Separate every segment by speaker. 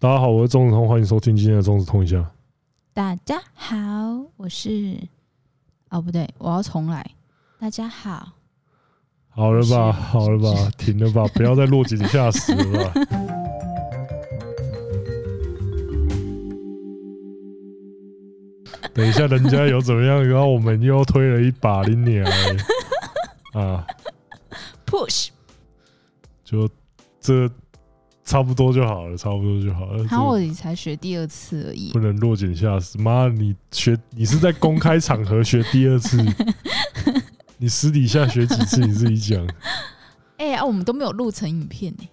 Speaker 1: 大家好，我是钟子通，欢迎收听今天的钟子通一下。
Speaker 2: 大家好，我是哦，不对，我要重来。大家好，
Speaker 1: 好了吧，
Speaker 2: 是
Speaker 1: 好了吧，停 了吧，不要再落井下石了吧。等一下，人家有怎么样，然后我们又推了一把，你娘欸、 啊，
Speaker 2: push。
Speaker 1: 就这差不多就好了，差不多就好了。
Speaker 2: 然
Speaker 1: 这
Speaker 2: 后我也才学第二次而已
Speaker 1: 不，能落井下石。妈，你学你是在公开场合学第二 次，你私底下学几次你自己讲。
Speaker 2: 哎、呀、我们都没有录成影片呢、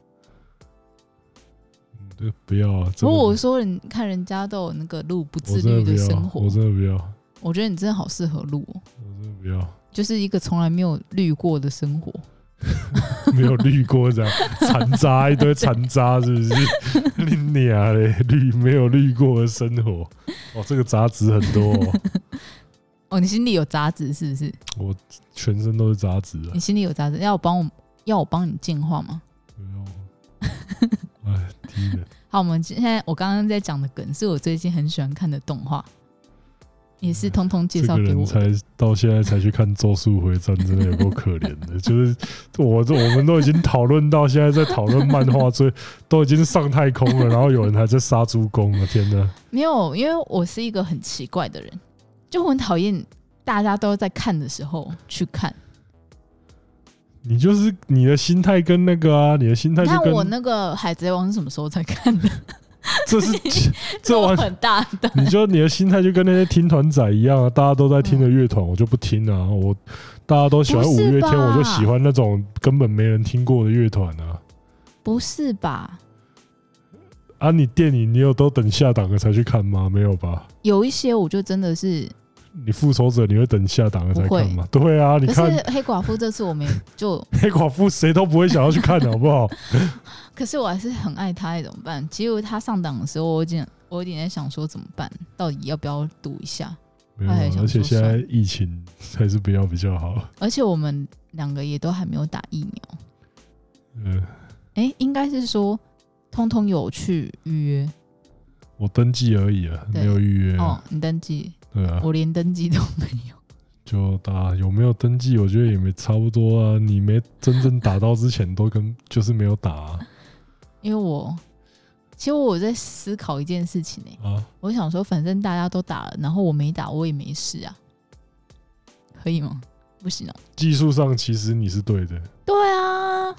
Speaker 1: 嗯对，不要啊！
Speaker 2: 不
Speaker 1: 真的
Speaker 2: 过
Speaker 1: 不
Speaker 2: 我说人，你看人家都有那个录不
Speaker 1: 我
Speaker 2: 自律
Speaker 1: 真的不要啊
Speaker 2: 生活，
Speaker 1: 我真的不要，
Speaker 2: 我觉得你真的好适合录、哦，
Speaker 1: 我真的不要，
Speaker 2: 就是一个从来没有绿过的生活。
Speaker 1: 没有绿过 这样残渣一堆残渣，是不是？你娘嘞，绿没有绿过的生活，哦，这个杂质很多、哦，
Speaker 2: 哦，你心里有杂质是不是？
Speaker 1: 全身都是杂质啊
Speaker 2: 你！心里有杂质，要我帮我要我帮你净化吗？
Speaker 1: 不要，啊哎，低的，
Speaker 2: 好，我们现在我刚刚在讲的梗是我最近很喜欢看的动画，也是通通介
Speaker 1: 嗯这
Speaker 2: 绍
Speaker 1: 个
Speaker 2: 给
Speaker 1: 人
Speaker 2: 我的。
Speaker 1: 才到现在才去看《咒术回战》，真的有够可怜的。 就是我这我们都已经讨论到现在，在讨论漫画，最都已经上太空了，然后有人还在杀猪工啊！天哪！
Speaker 2: 没有，因为我是一个很奇怪的人，就我很讨厌大家都在看的时候去看。
Speaker 1: 你就是你的心态跟那个啊，你的心态
Speaker 2: 你看
Speaker 1: 就跟
Speaker 2: 我那个《海贼王》是什么时候才看的？
Speaker 1: 这 是 这
Speaker 2: 我
Speaker 1: 完，
Speaker 2: 很大的，
Speaker 1: 你就你的心态就跟那些听团仔一样啊，大家都在听的乐团，我就不听啊，我大家都喜欢
Speaker 2: 不
Speaker 1: 五
Speaker 2: 是
Speaker 1: 月天，
Speaker 2: 吧
Speaker 1: 我就喜欢那种根本没人听过的乐团啊。
Speaker 2: 不是吧？
Speaker 1: 啊，你电影你有都等下档了才去看吗？没有吧？
Speaker 2: 有一些我就真的是，
Speaker 1: 你复仇者你会等下档了才看吗？对啊，你
Speaker 2: 可是
Speaker 1: 看
Speaker 2: 黑寡妇这次我没就，
Speaker 1: 黑寡妇谁都不会想要去看的，好不 好？
Speaker 2: 可是我还是很爱她，哎怎么办？其实她上档的时候，我有点我有点在想说怎么办，到底要不要赌一下？
Speaker 1: 没有啊
Speaker 2: 哎，想
Speaker 1: 而且
Speaker 2: 说
Speaker 1: 现在
Speaker 2: 算
Speaker 1: 疫情还是不要比较好。
Speaker 2: 而且我们两个也都还没有打疫苗，
Speaker 1: 嗯，
Speaker 2: 诶，应该是说通通有去预约
Speaker 1: 我登记而已啊，
Speaker 2: 对
Speaker 1: 没有预约啊。
Speaker 2: 哦，你登记，
Speaker 1: 对啊，
Speaker 2: 我连登记都没有。
Speaker 1: 就打有没有登记，我觉得也没差不多啊。你没真正打到之前，都跟就是没有打啊。
Speaker 2: 因为我其实我在思考一件事情呢、
Speaker 1: 啊
Speaker 2: 我想说，反正大家都打了，然后我没打，我也没事啊，可以吗？不行哦、
Speaker 1: 技术上其实你是对的，
Speaker 2: 对啊，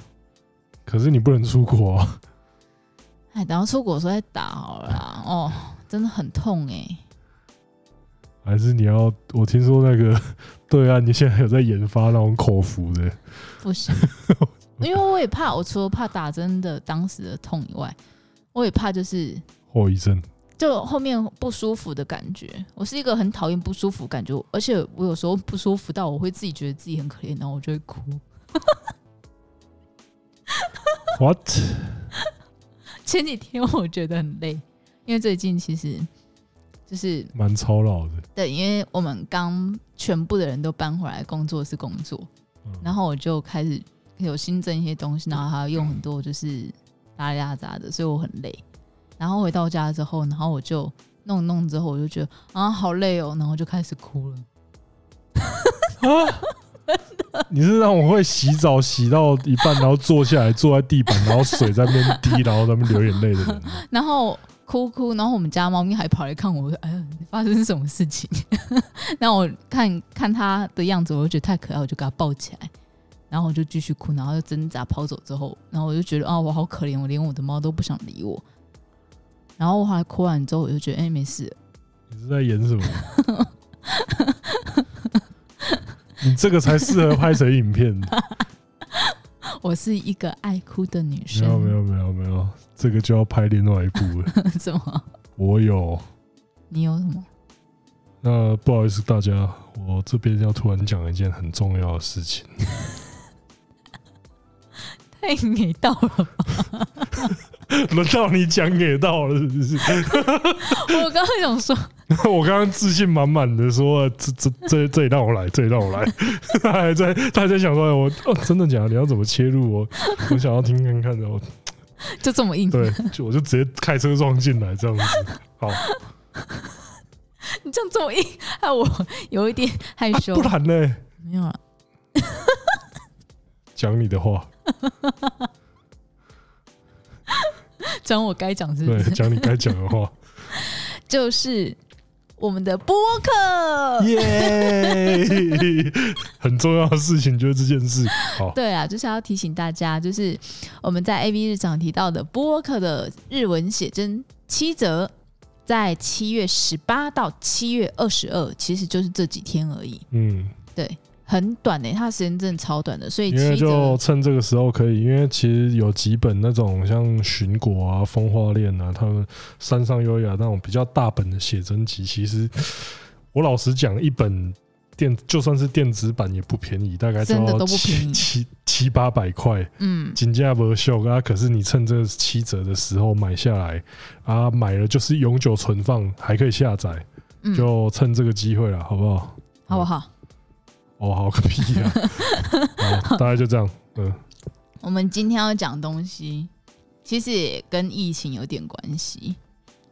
Speaker 1: 可是你不能出国啊。
Speaker 2: 哎，然后出国的时候再打好了啦。哦，真的很痛哎、
Speaker 1: 还是你要？我听说那个对啊，你现在有在研发那种口服的，
Speaker 2: 不 行，因为我也怕，我除了怕打针的当时的痛以外，我也怕就是
Speaker 1: 后遗症。
Speaker 2: 就后面不舒服的感觉。我是一个很讨厌不舒服感觉，而且我有时候不舒服到我会自己觉得自己很可怜，然后我就会哭。
Speaker 1: What？
Speaker 2: 前几天我觉得很累，因为最近其实就是
Speaker 1: 蛮操劳的。
Speaker 2: 对，因为我们刚全部的人都搬回来工作是工作，
Speaker 1: 嗯
Speaker 2: 然后我就开始有新增一些东西，然后还要用很多就是拉里拉杂的，所以我很累。然后回到家之后，然后我就弄一弄之后，我就觉得啊好累哦，然后就开始哭了。
Speaker 1: 你是那种会洗澡洗到一半，然后坐下来坐在地板，然后水在那边滴，然后在那边流眼泪的人吗。
Speaker 2: 然后哭哭，然后我们家猫咪还跑来看我，哎呀，你发生什么事情？ 那我看看它的样子，我就觉得太可爱，我就给它抱起来，然后我就继续哭，然后又挣扎跑走之后，然后我就觉得啊，我好可怜，我连我的猫都不想理我。然后我后来哭完之后，我就觉得哎、没事了，
Speaker 1: 你是在演什么？你这个才适合拍成影片。
Speaker 2: 我是一个爱哭的女生。
Speaker 1: 没有 没有没有没有，这个就要拍另外一部了。
Speaker 2: 有，怎么？
Speaker 1: 我有，
Speaker 2: 你有什么？
Speaker 1: 那不好意思大家，我这边要突然讲一件很重要的事情。
Speaker 2: 太给到了！
Speaker 1: 轮到你讲给到了，是不是？
Speaker 2: 我刚刚想说，
Speaker 1: 我刚刚自信满满的说，这这这这里让我来，这里让我来。 他哎还在他还在想说，我、哦、真的假的？你要怎么切入我？我想要听看看的。我
Speaker 2: 就这么硬。
Speaker 1: 对，就我就直接开车撞进来这样子。好，
Speaker 2: 你这样这么硬，害我有一点害
Speaker 1: 啊
Speaker 2: 羞。
Speaker 1: 不然呢？
Speaker 2: 没有了，
Speaker 1: 讲你的话，
Speaker 2: 讲我该讲是不
Speaker 1: 对，
Speaker 2: 是？
Speaker 1: 讲你该讲的 话。
Speaker 2: 就是我们的播客。
Speaker 1: 耶， 很重要的事情就是这件事。好，
Speaker 2: 对啊，就是要提醒大家，就是我们在 A V 日常提到的播客的日文写真七折，在七月十八到七月二十二，其实就是这几天而已，
Speaker 1: 嗯，
Speaker 2: 很短呢、它时间真的超短的，所以
Speaker 1: 因为
Speaker 2: 七
Speaker 1: 就
Speaker 2: 折
Speaker 1: 趁这个时候可以，因为其实有几本那种像《寻果》啊、《风花恋》啊，他们山上优雅那种比较大本的写真集，其实我老实讲，一本电就算是电子版也不便宜，大概
Speaker 2: 真的
Speaker 1: 要
Speaker 2: 都不便
Speaker 1: 七
Speaker 2: 宜
Speaker 1: 七七八百块。
Speaker 2: 嗯，
Speaker 1: 金价不秀啊，可是你趁这七折的时候买下来啊，买了就是永久存放，还可以下载，
Speaker 2: 嗯
Speaker 1: 就趁这个机会了，好不好？
Speaker 2: 好不好？
Speaker 1: 哦，好个屁 呀、好，大概就这样，嗯，
Speaker 2: 我们今天要讲的东西，其实也跟疫情有点关系，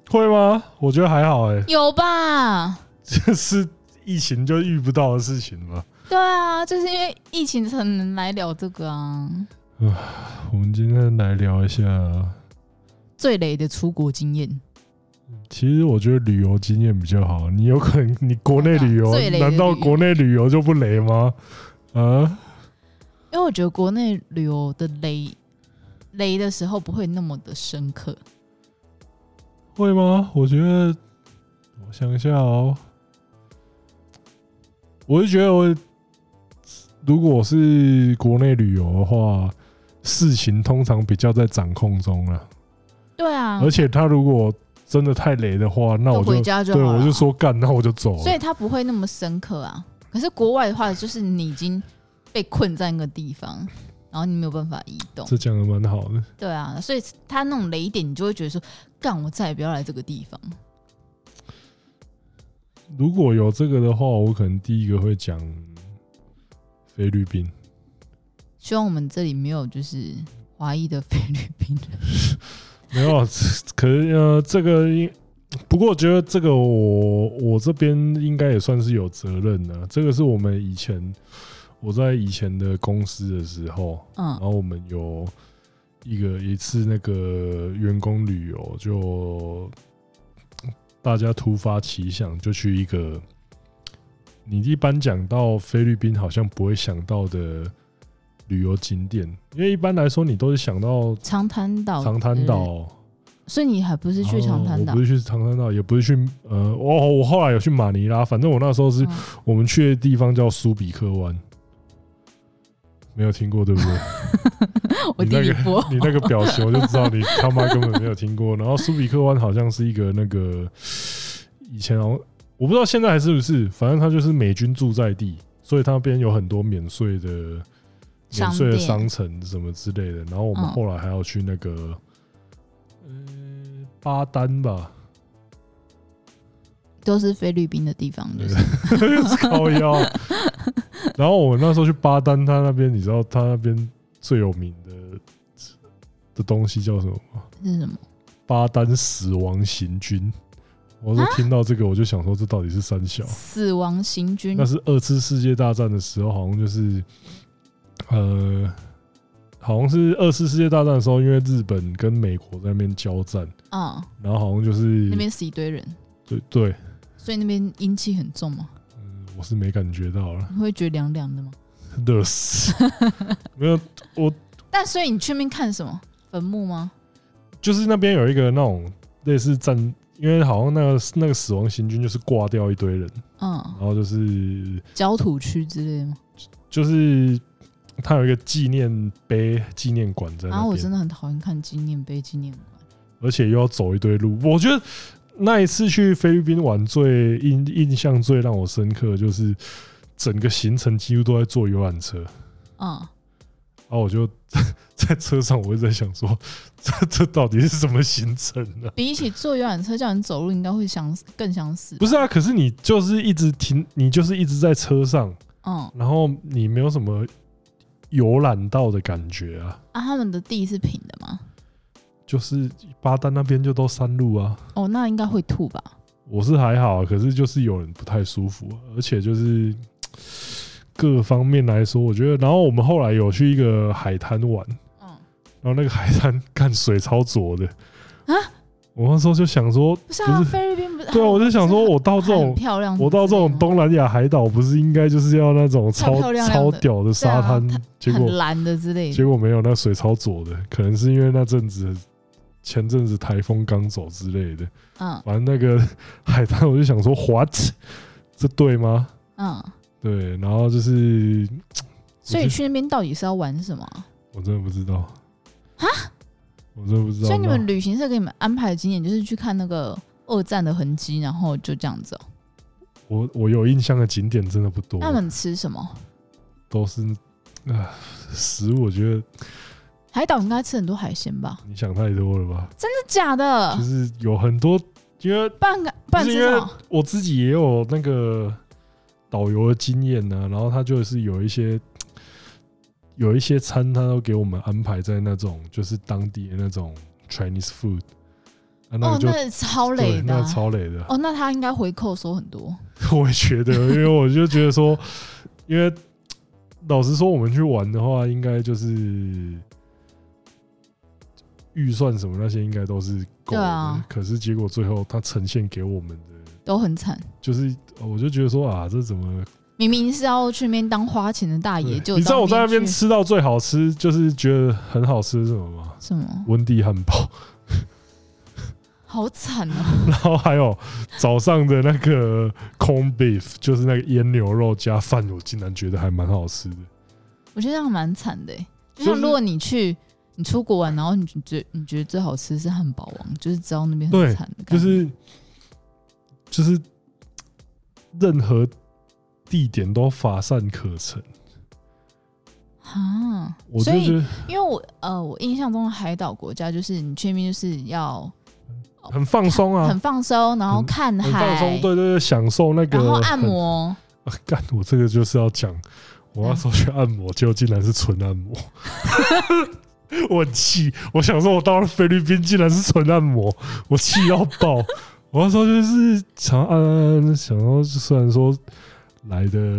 Speaker 1: 会吗？我觉得还好、欸，哎，
Speaker 2: 有吧？
Speaker 1: 这是疫情就遇不到的事情嘛。
Speaker 2: 对啊，就是因为疫情才能来聊这个啊。
Speaker 1: 我们今天来聊一下，
Speaker 2: 最累的出国经验，
Speaker 1: 其实我觉得旅游经验比较好。你有可能你国内旅游
Speaker 2: 最雷，的
Speaker 1: 难道
Speaker 2: 旅游
Speaker 1: 国内旅游就不雷吗？啊，
Speaker 2: 因为我觉得国内旅游的雷雷的时候不会那么的深刻。
Speaker 1: 会吗？我觉得，我想一下哦，我是觉得我如果是国内旅游的话，事情通常比较在掌控中了，
Speaker 2: 对啊，
Speaker 1: 而且他如果真的太雷的话，那
Speaker 2: 都
Speaker 1: 我
Speaker 2: 回
Speaker 1: 就
Speaker 2: 家就好
Speaker 1: 对
Speaker 2: 了
Speaker 1: 我就，说干，那我就走
Speaker 2: 所以
Speaker 1: 了。
Speaker 2: 它不会那么深刻啊。可是国外的话，就是你已经被困在那个地方，然后你没有办法移动。
Speaker 1: 这讲的蛮好的，
Speaker 2: 对啊，所以他那种雷点，你就会觉得说，干，我再也不要来这个地方。
Speaker 1: 如果有这个的话，我可能第一个会讲菲律宾。
Speaker 2: 希望我们这里没有就是华裔的菲律宾 人。
Speaker 1: 没有啊， 可是呃，这个应不过我觉得这个我我这边应该也算是有责任的、这个是我们以前我在以前的公司的时候，然
Speaker 2: 嗯
Speaker 1: 后我们有一个一次那个员工旅游，就大家突发奇想，就去一个你一般讲到菲律宾好像不会想到的旅游景点，因为一般来说你都是想到
Speaker 2: 长滩岛，
Speaker 1: 长滩
Speaker 2: 对不
Speaker 1: 岛。
Speaker 2: 对，所以你还不是去长滩岛
Speaker 1: 哦我不？是去长滩岛，也不是去呃，我我后来有去马尼拉，反正我那时候是、
Speaker 2: 嗯
Speaker 1: 我们去的地方叫苏比克湾，没有听过对不 对？
Speaker 2: 我弟弟播，
Speaker 1: 你那个表情我就知道你他妈根本没有听过。然后苏比克湾好像是一个那个以前好像我不知道现在还是不是，反正它就是美军驻在地，所以它那边有很多免税的免税的
Speaker 2: 商
Speaker 1: 商城什么之类的。然后我们
Speaker 2: 嗯
Speaker 1: 后来还要去那个呃巴丹吧，
Speaker 2: 都是菲律宾的地方，就是
Speaker 1: 靠腰。然后我那时候去巴丹，他那边你知道他那边最有名的的东西叫什么吗？
Speaker 2: 是什么？
Speaker 1: 巴丹死亡行军。我说听到这个，我就想说这到底是三小？
Speaker 2: 死亡行军
Speaker 1: 那是二次世界大战的时候，好像就是呃，好像是二次世界大战的时候，因为日本跟美国在那边交战，
Speaker 2: 啊，
Speaker 1: 然后好像就是
Speaker 2: 那边死一堆人，
Speaker 1: 对对，
Speaker 2: 所以那边阴气很重嘛，
Speaker 1: 嗯，我是没感觉到了，
Speaker 2: 你会觉得凉凉的吗？
Speaker 1: 热死。没有，
Speaker 2: 但所以你去那边看什么？坟墓吗？
Speaker 1: 就是那边有一个那种类似战，因为好像那个那个死亡行军就是挂掉一堆人，然
Speaker 2: 嗯，
Speaker 1: 后就是
Speaker 2: 焦土区之类的吗？
Speaker 1: 就是它有一个纪念碑纪念馆在那
Speaker 2: 然啊哦后我
Speaker 1: 边，
Speaker 2: 真的很讨厌看纪念碑、纪念馆。
Speaker 1: 而且又要走一堆路。我觉得那一次去菲律宾玩最印印象最让我深刻，就是整个行程几乎都在坐游览车，
Speaker 2: 嗯，
Speaker 1: 然后我就 在车上我一直在想说，这这到底是什么行程啊呢、
Speaker 2: 比起坐游览车叫你走路，你应该会想死，更想死。
Speaker 1: 不是啊，可是你就是一直停，你就是一直在车上，
Speaker 2: 嗯
Speaker 1: 然后你没有什么游览到的感觉啊。
Speaker 2: 啊，他们的地是平的吗？
Speaker 1: 就是巴丹那边就都山路啊。
Speaker 2: 哦，那应该会吐吧？
Speaker 1: 我是还好，啊可是就是有人不太舒服，啊而且就是各方面来说，我觉得。然后我们后来有去一个海滩玩，
Speaker 2: 嗯，
Speaker 1: 然后那个海滩干水超浊的
Speaker 2: 啊。
Speaker 1: 我那时候就想说，
Speaker 2: 不是啊，
Speaker 1: 不是
Speaker 2: 菲律宾不是？
Speaker 1: 对啊，我就想说，我到这
Speaker 2: 很
Speaker 1: 种
Speaker 2: 漂亮，
Speaker 1: 我到这种东南亚海岛，不是应该就是要那种
Speaker 2: 漂
Speaker 1: 超
Speaker 2: 漂亮亮
Speaker 1: 超
Speaker 2: 的
Speaker 1: 屌的沙滩
Speaker 2: 对啊？
Speaker 1: 结果
Speaker 2: 很蓝的之类
Speaker 1: 结
Speaker 2: 的。
Speaker 1: 果没有，那水超浊的，可能是因为那阵子前阵子台风刚走之类的。
Speaker 2: 嗯
Speaker 1: 反正那个 海滩，我就想说，what？这对吗？
Speaker 2: 嗯，
Speaker 1: 对，然后就是
Speaker 2: 所以
Speaker 1: 我就
Speaker 2: 去那边到底是要玩什么啊？
Speaker 1: 我真的不知道啊，我真的不知道。
Speaker 2: 所以你们旅行社给你们安排的景点就是去看那个二战的痕迹，然后就这样子哦、
Speaker 1: 那我我有印象的景点真的不多
Speaker 2: 那，你们吃什么？
Speaker 1: 都是啊食物，我觉得
Speaker 2: 海岛应该吃很多海鲜 吧？
Speaker 1: 你想太多了吧？
Speaker 2: 真的假的
Speaker 1: 就？是有很多，因为
Speaker 2: 半个
Speaker 1: 不
Speaker 2: 半
Speaker 1: 是
Speaker 2: 吃
Speaker 1: 因
Speaker 2: 什
Speaker 1: 为
Speaker 2: 么？
Speaker 1: 我自己也有那个导游的经验呢、然后他就是有一些有一些餐，他都给我们安排在那种就是当地的那种 Chinese food，啊，那
Speaker 2: 哦
Speaker 1: 个，就、
Speaker 2: 那超
Speaker 1: 对
Speaker 2: 累的
Speaker 1: 那
Speaker 2: 啊、
Speaker 1: 超累的，
Speaker 2: 哦，那他应该回扣收很多。
Speaker 1: 我也觉得，因为我就觉得说，因为老实说，我们去玩的话，应该就是。预算什么那些应该都是够
Speaker 2: 对
Speaker 1: 的，
Speaker 2: 啊
Speaker 1: 可是结果最后他呈现给我们的
Speaker 2: 都很惨。
Speaker 1: 就是呃我就觉得说啊，这怎么？
Speaker 2: 明明是要去那边当花钱的大爷，啊就
Speaker 1: 你知道我在那边
Speaker 2: 去
Speaker 1: 吃到最好吃，就是觉得很好吃是什么吗？
Speaker 2: 什么？
Speaker 1: 温蒂汉堡，
Speaker 2: 好惨哦！
Speaker 1: 然后还有早上的那个 corn beef，就是那个腌牛肉加饭，我竟然觉得还蛮好吃的。
Speaker 2: 我觉得这样蛮惨的欸。就
Speaker 1: 就
Speaker 2: 像
Speaker 1: 是
Speaker 2: 如果你去你出国玩，然后你觉你觉得最好吃是汉堡王，就是知道那边
Speaker 1: 对
Speaker 2: 很惨的感觉，
Speaker 1: 就是就是任何地点都乏善可陈，
Speaker 2: 啊。
Speaker 1: 我就
Speaker 2: 所以
Speaker 1: 觉得
Speaker 2: 因为我呃，我印象中的海岛国家就是你去那边就是要
Speaker 1: 很放松啊
Speaker 2: 很，放松，然后
Speaker 1: 很
Speaker 2: 看
Speaker 1: 很
Speaker 2: 海，
Speaker 1: 放松，对对对，享受那个
Speaker 2: 然后
Speaker 1: 很
Speaker 2: 按摩，
Speaker 1: 啊，干！我这个就是要讲，我那时候去按摩，结果竟然是纯按摩， 我很气。我想说，我到了菲律宾竟然是纯按摩，我气要爆。我那时候就是想按按按，想说虽然说来的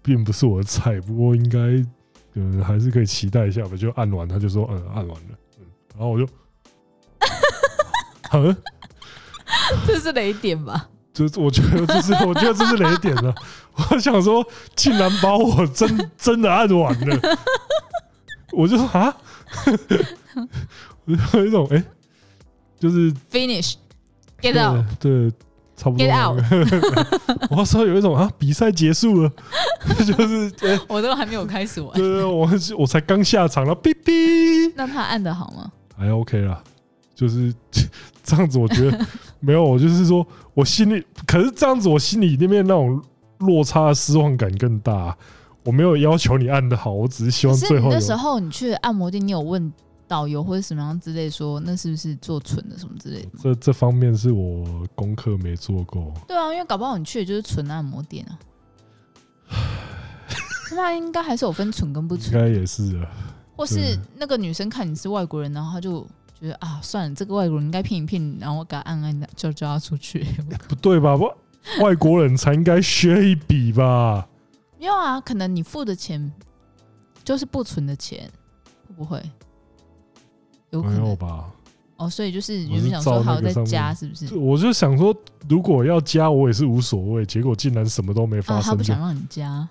Speaker 1: 并不是我的菜，不过应该嗯还是可以期待一下吧。就按完，他就说嗯按完了，嗯，然后我就， 嗯，
Speaker 2: 这是雷点吧？
Speaker 1: 这我觉得这是我觉得这是雷点了。我想说，竟然把我真真的按完了，我就说啊， 我就有一种哎、诶就是
Speaker 2: ，finish get out，
Speaker 1: 对，对差不多
Speaker 2: Get out
Speaker 1: 我说有一种啊，比赛结束了， 就是哎、诶
Speaker 2: 我都还没有开始玩
Speaker 1: 对。对，我我才刚下场了，哔哔，
Speaker 2: 那他按的好吗？
Speaker 1: 还 OK 啦。就是 这样子，我觉 得没有，我就是说我心里，可是这样子，我心里那边那种落差的失望感更大啊、我没有要求你按的好，我只是希
Speaker 2: 可
Speaker 1: 望
Speaker 2: 是
Speaker 1: 最
Speaker 2: 你
Speaker 1: 后有
Speaker 2: 那时候你去按摩店，你有问导游或者什么样之类说，那是不是做纯的什么之类的吗？
Speaker 1: 这这方面是我功课没做够。
Speaker 2: 对啊，因为搞不好你去的就是纯按摩 店啊。他妈应该还是有分纯跟不
Speaker 1: 应
Speaker 2: 纯，
Speaker 1: 该也是啊，
Speaker 2: 或是那个女生看你是外国人，然后她就觉得啊，算了，这个外国人应该骗一骗你，然后给他按按的，就叫他出去。
Speaker 1: 不对吧？不，外国人才应该削一笔吧？
Speaker 2: 没有啊，可能你付的钱就是不纯的钱，会不会？有可
Speaker 1: 没有
Speaker 2: 能
Speaker 1: 吧？
Speaker 2: 哦，所以就是
Speaker 1: 我
Speaker 2: 你
Speaker 1: 是
Speaker 2: 们想说
Speaker 1: 照那
Speaker 2: 好
Speaker 1: 个
Speaker 2: 再
Speaker 1: 上面
Speaker 2: 加，是不是？
Speaker 1: 我就想说，如果要加，我也是无所谓。结果竟然什么都没
Speaker 2: 啊，
Speaker 1: 发
Speaker 2: 他
Speaker 1: 生
Speaker 2: 不
Speaker 1: 就
Speaker 2: 想让你加，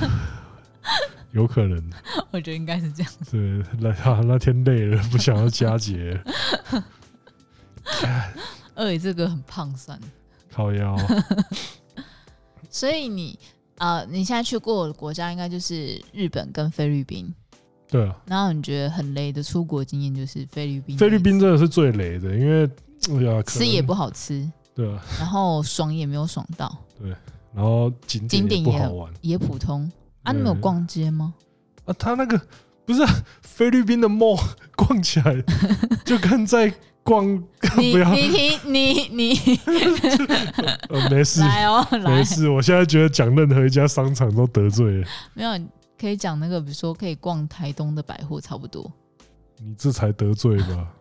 Speaker 1: 有可能。
Speaker 2: 我觉得应该是这样。
Speaker 1: 对，那、啊、那天累了，不想要 佳节，看
Speaker 2: 二姨这个很胖算了，
Speaker 1: 靠腰。
Speaker 2: 所以你啊，你现在去过的国家应该就是日本跟菲律宾，
Speaker 1: 对啊，
Speaker 2: 然后你觉得很雷的出国经验就是菲律宾，
Speaker 1: 菲律宾真的是最雷的，因为哎呀，可
Speaker 2: 吃
Speaker 1: 能
Speaker 2: 也不好吃，
Speaker 1: 对啊，
Speaker 2: 然后爽也没有爽到，
Speaker 1: 然后景
Speaker 2: 景
Speaker 1: 点
Speaker 2: 点
Speaker 1: 也不
Speaker 2: 也
Speaker 1: 好玩
Speaker 2: 也普通。啊，
Speaker 1: 对
Speaker 2: 你们有逛街吗？
Speaker 1: 啊。他那个不是、啊、菲律宾的 mall 逛起 来就跟在逛，
Speaker 2: 你
Speaker 1: 不要
Speaker 2: 你停你 你
Speaker 1: 呃，没事
Speaker 2: 来哦来
Speaker 1: 没，事，我现在觉得讲任何一家商场都得罪了。
Speaker 2: 没有可以讲那个，比如说可以逛台东的百货差不多，
Speaker 1: 你这才得罪吧？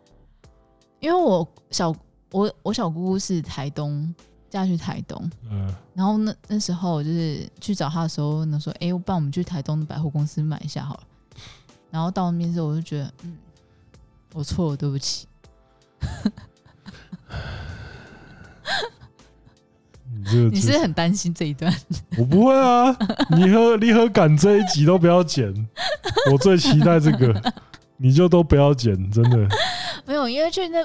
Speaker 2: 因为我小我我小姑姑是台东嫁去台东，
Speaker 1: 嗯、
Speaker 2: 然后那那时候就是去找她的时候，那说哎，不然我们去台东的百货公司买一下好了。然后到那边之后，我就觉得嗯，我错了，对不起。
Speaker 1: 你这个
Speaker 2: 你
Speaker 1: 就是
Speaker 2: 很担心这一段，
Speaker 1: 我不会啊，你和你和赶这一集都不要剪，我最期待这个，你就都不要剪，真 的。
Speaker 2: 没有，因为去那，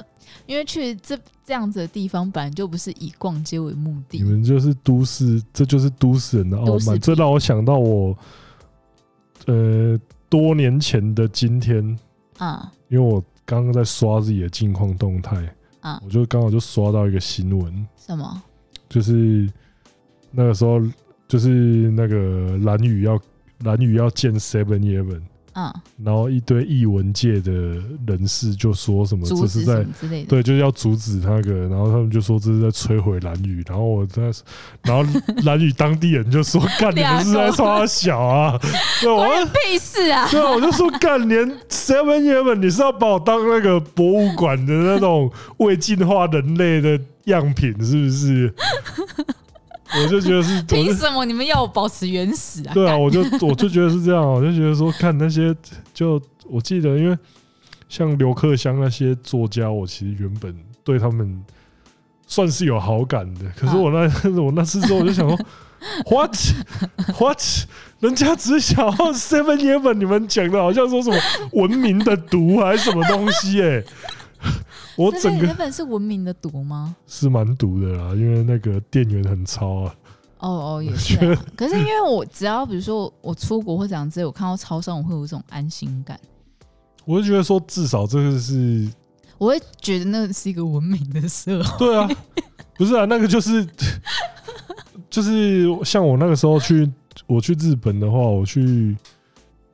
Speaker 2: 因为去这这样子的地方，本来就不是以逛街为目的
Speaker 1: 你。们就是都市，这就是都市人的傲
Speaker 2: 都市
Speaker 1: 慢。
Speaker 2: 癖
Speaker 1: 这让我想到我，呃，多年前的今天，
Speaker 2: 啊
Speaker 1: 因为我刚刚在刷自己的近况动态，
Speaker 2: 啊，
Speaker 1: 我就刚好就刷到一个新闻，
Speaker 2: 什么？
Speaker 1: 就是那个时候，就是那个蓝宇要蓝宇要建 Seven Eleven。
Speaker 2: 啊，
Speaker 1: 然后一堆艺文界的人士就说什么这
Speaker 2: 阻止
Speaker 1: 是
Speaker 2: 什
Speaker 1: 在
Speaker 2: 么之类的。
Speaker 1: 对，就是要阻止那个，然后他们就说这是在摧毁蓝宇，然后我在，然后蓝宇当地人就 说干你
Speaker 2: 俩
Speaker 1: 们是在
Speaker 2: 狗
Speaker 1: 说他小啊，对，我
Speaker 2: 关屁事啊！
Speaker 1: 对啊，我就说干连 Seven Eleven 你是要把我当那个博物馆的那种未进化人类的样品是不是？我就觉得是，我
Speaker 2: 凭
Speaker 1: 就
Speaker 2: 什么你们要我保持原始 啊？
Speaker 1: 对啊，我 就我就觉得是这样，我就觉得说看那些，就我记得，因为像刘克襄那些作家，我其实原本对他们算是有好感的，可是
Speaker 2: 啊
Speaker 1: 我那、 我那次之后，我就想 说，what what，人家只是想要 Seven Eleven，你们讲的好像说什么文明的毒还是什么东西、欸， 我
Speaker 2: 这
Speaker 1: 整
Speaker 2: 那
Speaker 1: 个
Speaker 2: 本是文明的毒吗？
Speaker 1: 是蛮毒的啦，因为那个店员很糙啊，
Speaker 2: 哦哦，也
Speaker 1: 我
Speaker 2: 是
Speaker 1: 觉
Speaker 2: 啊、
Speaker 1: 得
Speaker 2: 可是因为我只要比如说我出国或怎样之类，我看到超商，我会有一种安心感，
Speaker 1: 我就觉得说至少这个是
Speaker 2: 我会觉得那是一个文明的社会。
Speaker 1: 对啊，不是啊，那个就是 就是像我那个时候去我去日本的话，我去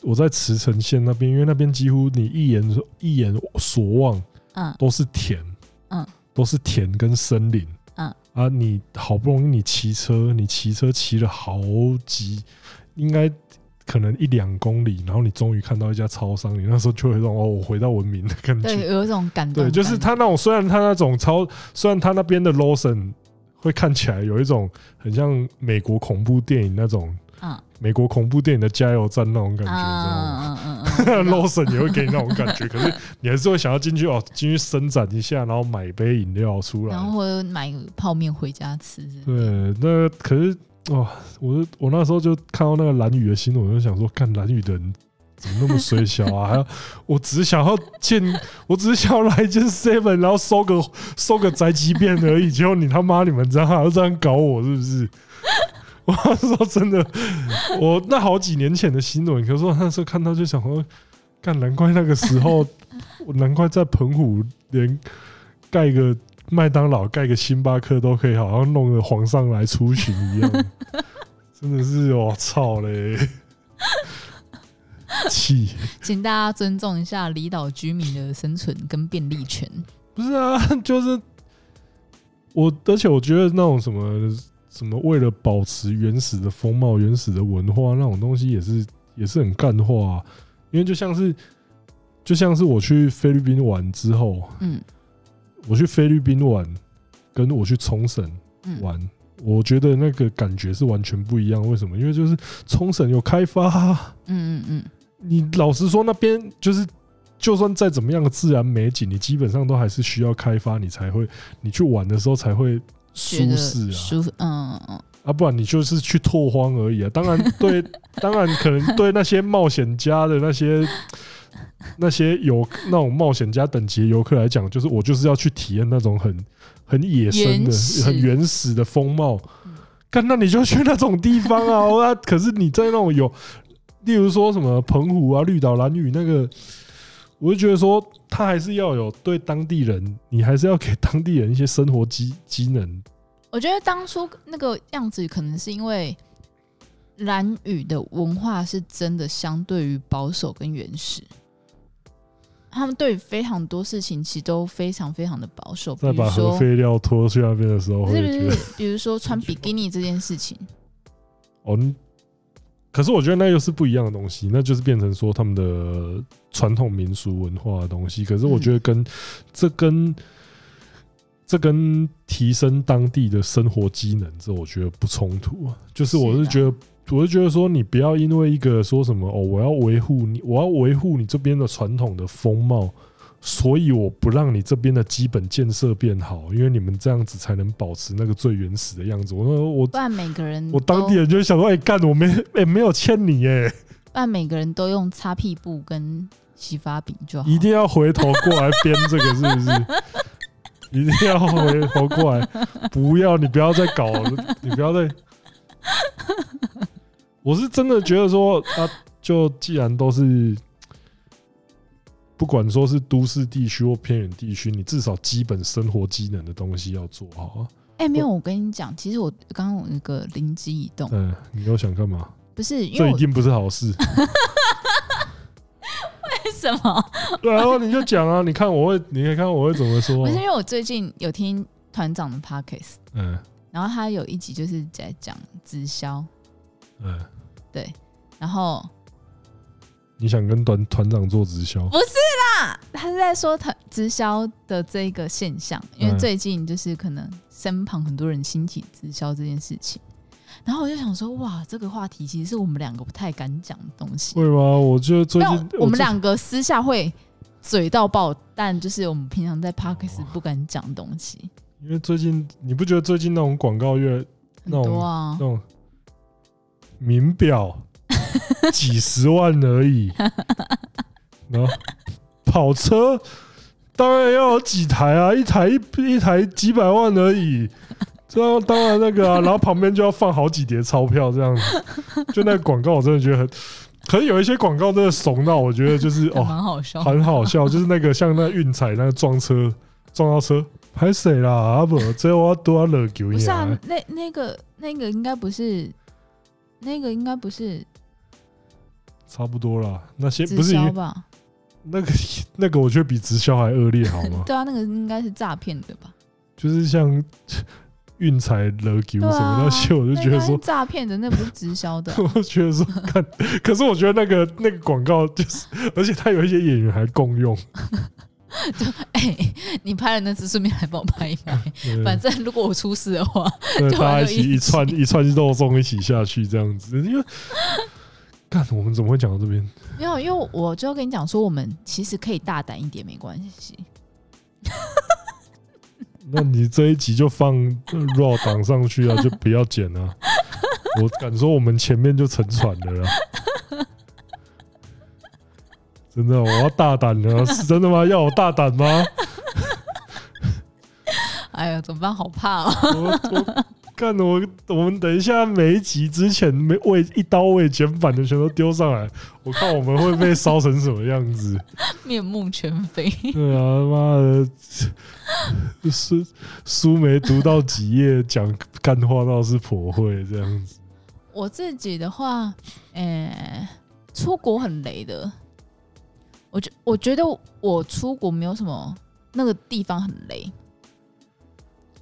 Speaker 1: 我在茨城县那边，因为那边几乎你一眼一眼所望
Speaker 2: 嗯
Speaker 1: 都是田，
Speaker 2: 嗯，
Speaker 1: 都是田跟森林，
Speaker 2: 嗯
Speaker 1: 啊，你好不容易你骑车，你骑车骑了好几，应该。可能一两公里，然后你终于看到一家超商，你那时候就会说：“哦，我回到文明的感觉。”
Speaker 2: 对，有一种感
Speaker 1: 对，
Speaker 2: 动感。
Speaker 1: 就是他那种，虽然他那种超，虽然他那边的 Lawson 会看起来有一种很像美国恐怖电影那种
Speaker 2: 啊
Speaker 1: 美国恐怖电影的加油站那种感觉，
Speaker 2: 啊嗯嗯
Speaker 1: 你知道
Speaker 2: 嗯
Speaker 1: 吗
Speaker 2: 嗯，
Speaker 1: ？Lawson 也会给你那种感觉，可是你还是会想要进去哦，进去伸展一下，然后买一杯饮料出来
Speaker 2: 然。后我买个泡面回家吃之类的。
Speaker 1: 对，那可是哦，我就我那时候就看到那个蓝宇的新闻，我就想说，看蓝宇的人怎么那么水小啊？还要我只是想要见，我只是想要来一间 seven，然后收个收个宅急便而已。结果你他妈你们这样还要这样搞我，是不是？ 我那时候真的，我那好几年前的新闻，可是我那时候看到就想说，干难怪那个时候，我难怪在澎湖连盖个麦当劳、盖个星巴克都可以，好像弄得皇上来出巡一样，真的是我操嘞！气
Speaker 2: 请大家尊重一下离岛居民的生存跟便利权。
Speaker 1: 不是啊，就是我，而且我觉得那种什么什么为了保持原始的风貌、原始的文化那种东西，也是也是很干话啊、因为就像是就像是我去菲律宾玩之后，
Speaker 2: 嗯
Speaker 1: 我去菲律宾玩，跟我去冲绳
Speaker 2: 嗯，
Speaker 1: 玩，我觉得那个感觉是完全不一样。为什么？因为就是冲绳有开发 啊、
Speaker 2: 嗯嗯嗯，
Speaker 1: 你老实说，那边就是就算再怎么样的自然美景，你基本上都还是需要开发，你才会你去玩的时候才会
Speaker 2: 觉
Speaker 1: 舒
Speaker 2: 得
Speaker 1: 适啊。
Speaker 2: 舒服，嗯嗯嗯，
Speaker 1: 啊，不然你就是去拓荒而已啊。当然 对，当然可能对那些冒险家的那些那些游那种冒险家等级的游客来讲，就是我就是要去体验那种很很野生的
Speaker 2: 原、始
Speaker 1: 很原始的风貌
Speaker 2: 嗯。
Speaker 1: 干，那你就去那种地方啊！ 哇，可是你在那种有，例如说什么澎湖啊、绿岛、蓝屿那个，我就觉得说，他还是要有对当地人，你还是要给当地人一些生活机机能。
Speaker 2: 我觉得当初那个样子可能是因为蓝雨的文化是真的相对于保守跟原始。他们对于非常多事情其实都非常非常的保守，比
Speaker 1: 再
Speaker 2: 如
Speaker 1: 把核
Speaker 2: 说
Speaker 1: 废料拖去那边的时候，
Speaker 2: 不
Speaker 1: 会
Speaker 2: 是
Speaker 1: 觉得
Speaker 2: 不是，比如说穿比基尼这件事情，
Speaker 1: 哦，你可是我觉得那又是不一样的东西，那就是变成说他们的传统民俗文化的东西。可是我觉得跟、这跟这跟提升当地的生活机能，这我觉得不冲突啊。就是我是
Speaker 2: 是啊
Speaker 1: 觉得，我是觉得说，你不要因为一个说什么哦，我要维护你，我要维护你这边的传统的风貌，所以我不让你这边的基本建设变好，因为你们这样子才能保持那个最原始的样子。我说我
Speaker 2: 不然每个人
Speaker 1: 我当地
Speaker 2: 都
Speaker 1: 人就会想说，哎、干，我没 哎、没有欠你哎、
Speaker 2: 不然每个人都用擦屁布跟洗发饼就好。
Speaker 1: 一定要回头过来编这个是不 是？一定要回头过来，不要你不要再搞，了，你不要 再。我是真的觉得说啊，就既然都是，不管说是都市地区或偏远地区，你至少基本生活机能的东西要做好啊。
Speaker 2: 哎、没有，我跟你讲，其实我刚刚我那个灵机一动，
Speaker 1: 嗯，你又想干嘛？
Speaker 2: 不是因
Speaker 1: 这
Speaker 2: 为
Speaker 1: 一
Speaker 2: 我
Speaker 1: 定不是好事。
Speaker 2: 为什
Speaker 1: 哦
Speaker 2: 么？
Speaker 1: 然后你就讲啊，你看我会，你看我会怎么说
Speaker 2: 不
Speaker 1: 啊、
Speaker 2: 是因为我最近有听团长的 podcast，
Speaker 1: 嗯
Speaker 2: 然后他有一集就是在讲直销，
Speaker 1: 嗯，
Speaker 2: 然后
Speaker 1: 你想跟团团长做直销？
Speaker 2: 不是啦，他是在说团直销的这个现象，因为
Speaker 1: 嗯
Speaker 2: 最近就是可能身旁很多人兴起直销这件事情。然后我就想说，哇，这个话题其实是我们两个不太敢讲的东西。
Speaker 1: 会吗？我觉得最
Speaker 2: 没有
Speaker 1: 近，
Speaker 2: 我们
Speaker 1: 最
Speaker 2: 两个私下会嘴到爆，但就是我们平常在 p o d c a s
Speaker 1: 哦
Speaker 2: t 不敢讲的东西
Speaker 1: 因为最近你不觉得最近那种广告越
Speaker 2: 很
Speaker 1: 那我们
Speaker 2: 多啊
Speaker 1: 那。种名表 几十万而已，然后跑车当然要有几台啊，一台一一台几百万而已。这样当然那 个啊，然后旁边就要放好几叠钞票这样子，就那个广告我真的觉得很，可是有一些广告真的怂到我觉得就是
Speaker 2: 还
Speaker 1: 哦，
Speaker 2: 蛮好笑，
Speaker 1: 很好笑，就是那个像那运彩那个撞车撞到车，拍谁啦？阿伯，这我要多惹球
Speaker 2: 不是啊
Speaker 1: 呀！？
Speaker 2: 那那个那个应该不是，那个应该不是
Speaker 1: 差不多啦，那些
Speaker 2: 直
Speaker 1: 不是因
Speaker 2: 销
Speaker 1: 为
Speaker 2: 吧？
Speaker 1: 那个那个，我觉得比直销还恶劣好吗？
Speaker 2: 对啊，那个应该是诈骗的吧？
Speaker 1: 就是像运彩惹球什
Speaker 2: 对啊
Speaker 1: 么，那些，我就觉得
Speaker 2: 那应该是
Speaker 1: 说，
Speaker 2: 诈骗的，那不是直销 的啊、
Speaker 1: 我觉得说，看，可是我觉得那个那个广告就是，而且他有一些演员还共用，
Speaker 2: 哎、你拍了那只，顺便来帮我拍一拍。
Speaker 1: 对
Speaker 2: 反正如果我出事的话，
Speaker 1: 对，
Speaker 2: 就
Speaker 1: 大家
Speaker 2: 玩
Speaker 1: 一
Speaker 2: 到
Speaker 1: 起
Speaker 2: 一
Speaker 1: 一串一串肉粽一起下去这样子，因为干我们怎么会讲到这边？
Speaker 2: 没有，因为我就要跟你讲说，我们其实可以大胆一点，没关系。
Speaker 1: 那你这一集就放呃 raw 档上去啊，就不要剪啊。我敢说我们前面就沉船了啦，真的，我要大胆了，啊是真的吗？要我大胆吗？
Speaker 2: 哎呀，怎么办？好怕哦！
Speaker 1: 我我干我我们等一下每一集之前没未一刀未剪版的全都丢上来，我看我们会被烧成什么样子。
Speaker 2: 面目全非。
Speaker 1: 对啊，妈的，书书没读到几页，讲干话倒是颇会这样子。
Speaker 2: 我自己的话，诶、出国很雷的。我觉我觉得我出国没有什么那个地方很雷，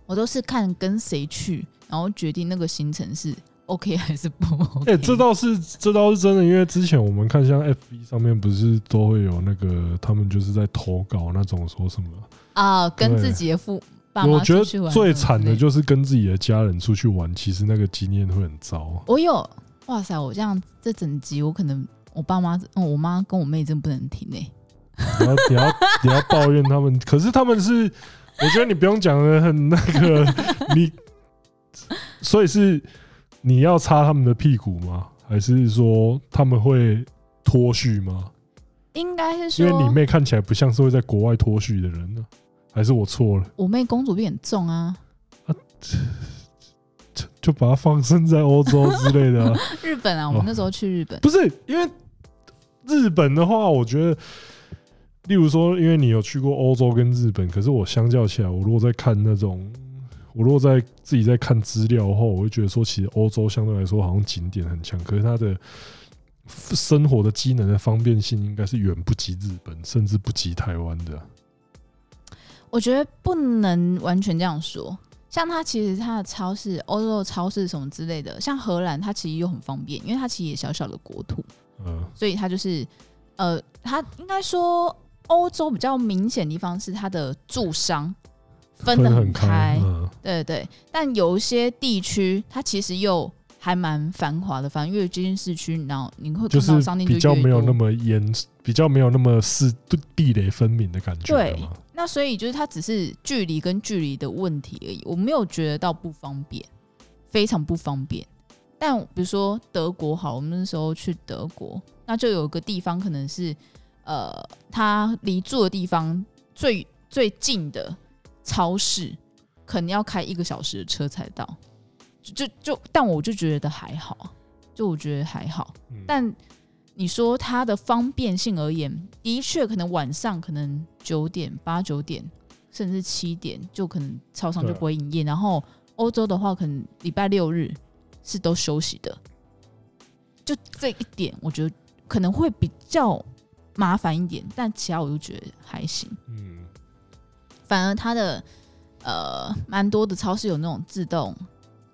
Speaker 2: 我都是看跟谁去，然后决定那个行程是 OK 还是不 OK。
Speaker 1: 哎、这倒是这倒是真的，因为之前我们看像 FB 上面不是都会有那个他们就是在投稿那种说什么，
Speaker 2: 啊、跟
Speaker 1: 对
Speaker 2: 自己的父爸妈
Speaker 1: 我觉
Speaker 2: 出
Speaker 1: 得
Speaker 2: 去玩啊
Speaker 1: 最惨的
Speaker 2: 之类
Speaker 1: 就是跟自己的家人出去玩，其实那个经验会很糟。
Speaker 2: 我有哇塞，我这样这整集我可能我爸妈、嗯、我妈跟我妹真不能听哎、
Speaker 1: 你要你要 你要抱怨他们，可是他们是，我觉得你不用讲的很那个，你所以是你要擦他们的屁股吗？还是说他们会脱序吗？
Speaker 2: 应该是
Speaker 1: 因
Speaker 2: 说
Speaker 1: 为你妹看起来不像是会在国外脱序的人呢、还是我错了？
Speaker 2: 我妹公主病很重啊，
Speaker 1: 就把它放生在欧洲之类的啊、
Speaker 2: 日本啊，我
Speaker 1: 哦
Speaker 2: 们那时候去日本。
Speaker 1: 不是因为日本的话，我觉得，例如说，因为你有去过欧洲跟日本，可是我相较起来，我如果在看那种，我如果在自己在看资料的话，我会觉得说，其实欧洲相对来说好像景点很强，可是它的生活的机能的方便性应该是远不及日本，甚至不及台湾的啊。
Speaker 2: 我觉得不能完全这样说。像它其实它的超市、欧洲的超市什么之类的，像荷兰它其实又很方便，因为它其实也小小的国土，
Speaker 1: 嗯
Speaker 2: 所以它就是呃，它应该说欧洲比较明显的地方是它的住商分得
Speaker 1: 得
Speaker 2: 很
Speaker 1: 开
Speaker 2: 开，，
Speaker 1: 嗯
Speaker 2: 对对，但有一些地区它其实又还蛮繁华的，反正越接近市区，然后你会
Speaker 1: 就
Speaker 2: 看
Speaker 1: 是
Speaker 2: 到商店
Speaker 1: 比较
Speaker 2: 越
Speaker 1: 没有那
Speaker 2: 多
Speaker 1: 么严，比较没有那么是地雷分明的感觉
Speaker 2: 对
Speaker 1: 了嘛。
Speaker 2: 那所以就是它只是距离跟距离的问题而已，我没有觉得到不方便，非常不方便。但比如说德国好，我们那时候去德国，那就有个地方可能是，呃，它离住的地方最最近的超市，可能要开一个小时的车才到。就就就，但我就觉得还好，就我觉得还好。
Speaker 1: 嗯
Speaker 2: 但你说它的方便性而言，的确可能晚上可能九点、八九点，甚至七点，就可能超商就
Speaker 1: 对啊
Speaker 2: 不会营业。然后欧洲的话，可能礼拜六日是都休息的。就这一点，我觉得可能会比较麻烦一点，但其他我就觉得还行。
Speaker 1: 嗯，
Speaker 2: 反而它的呃，蛮多的超市有那种自动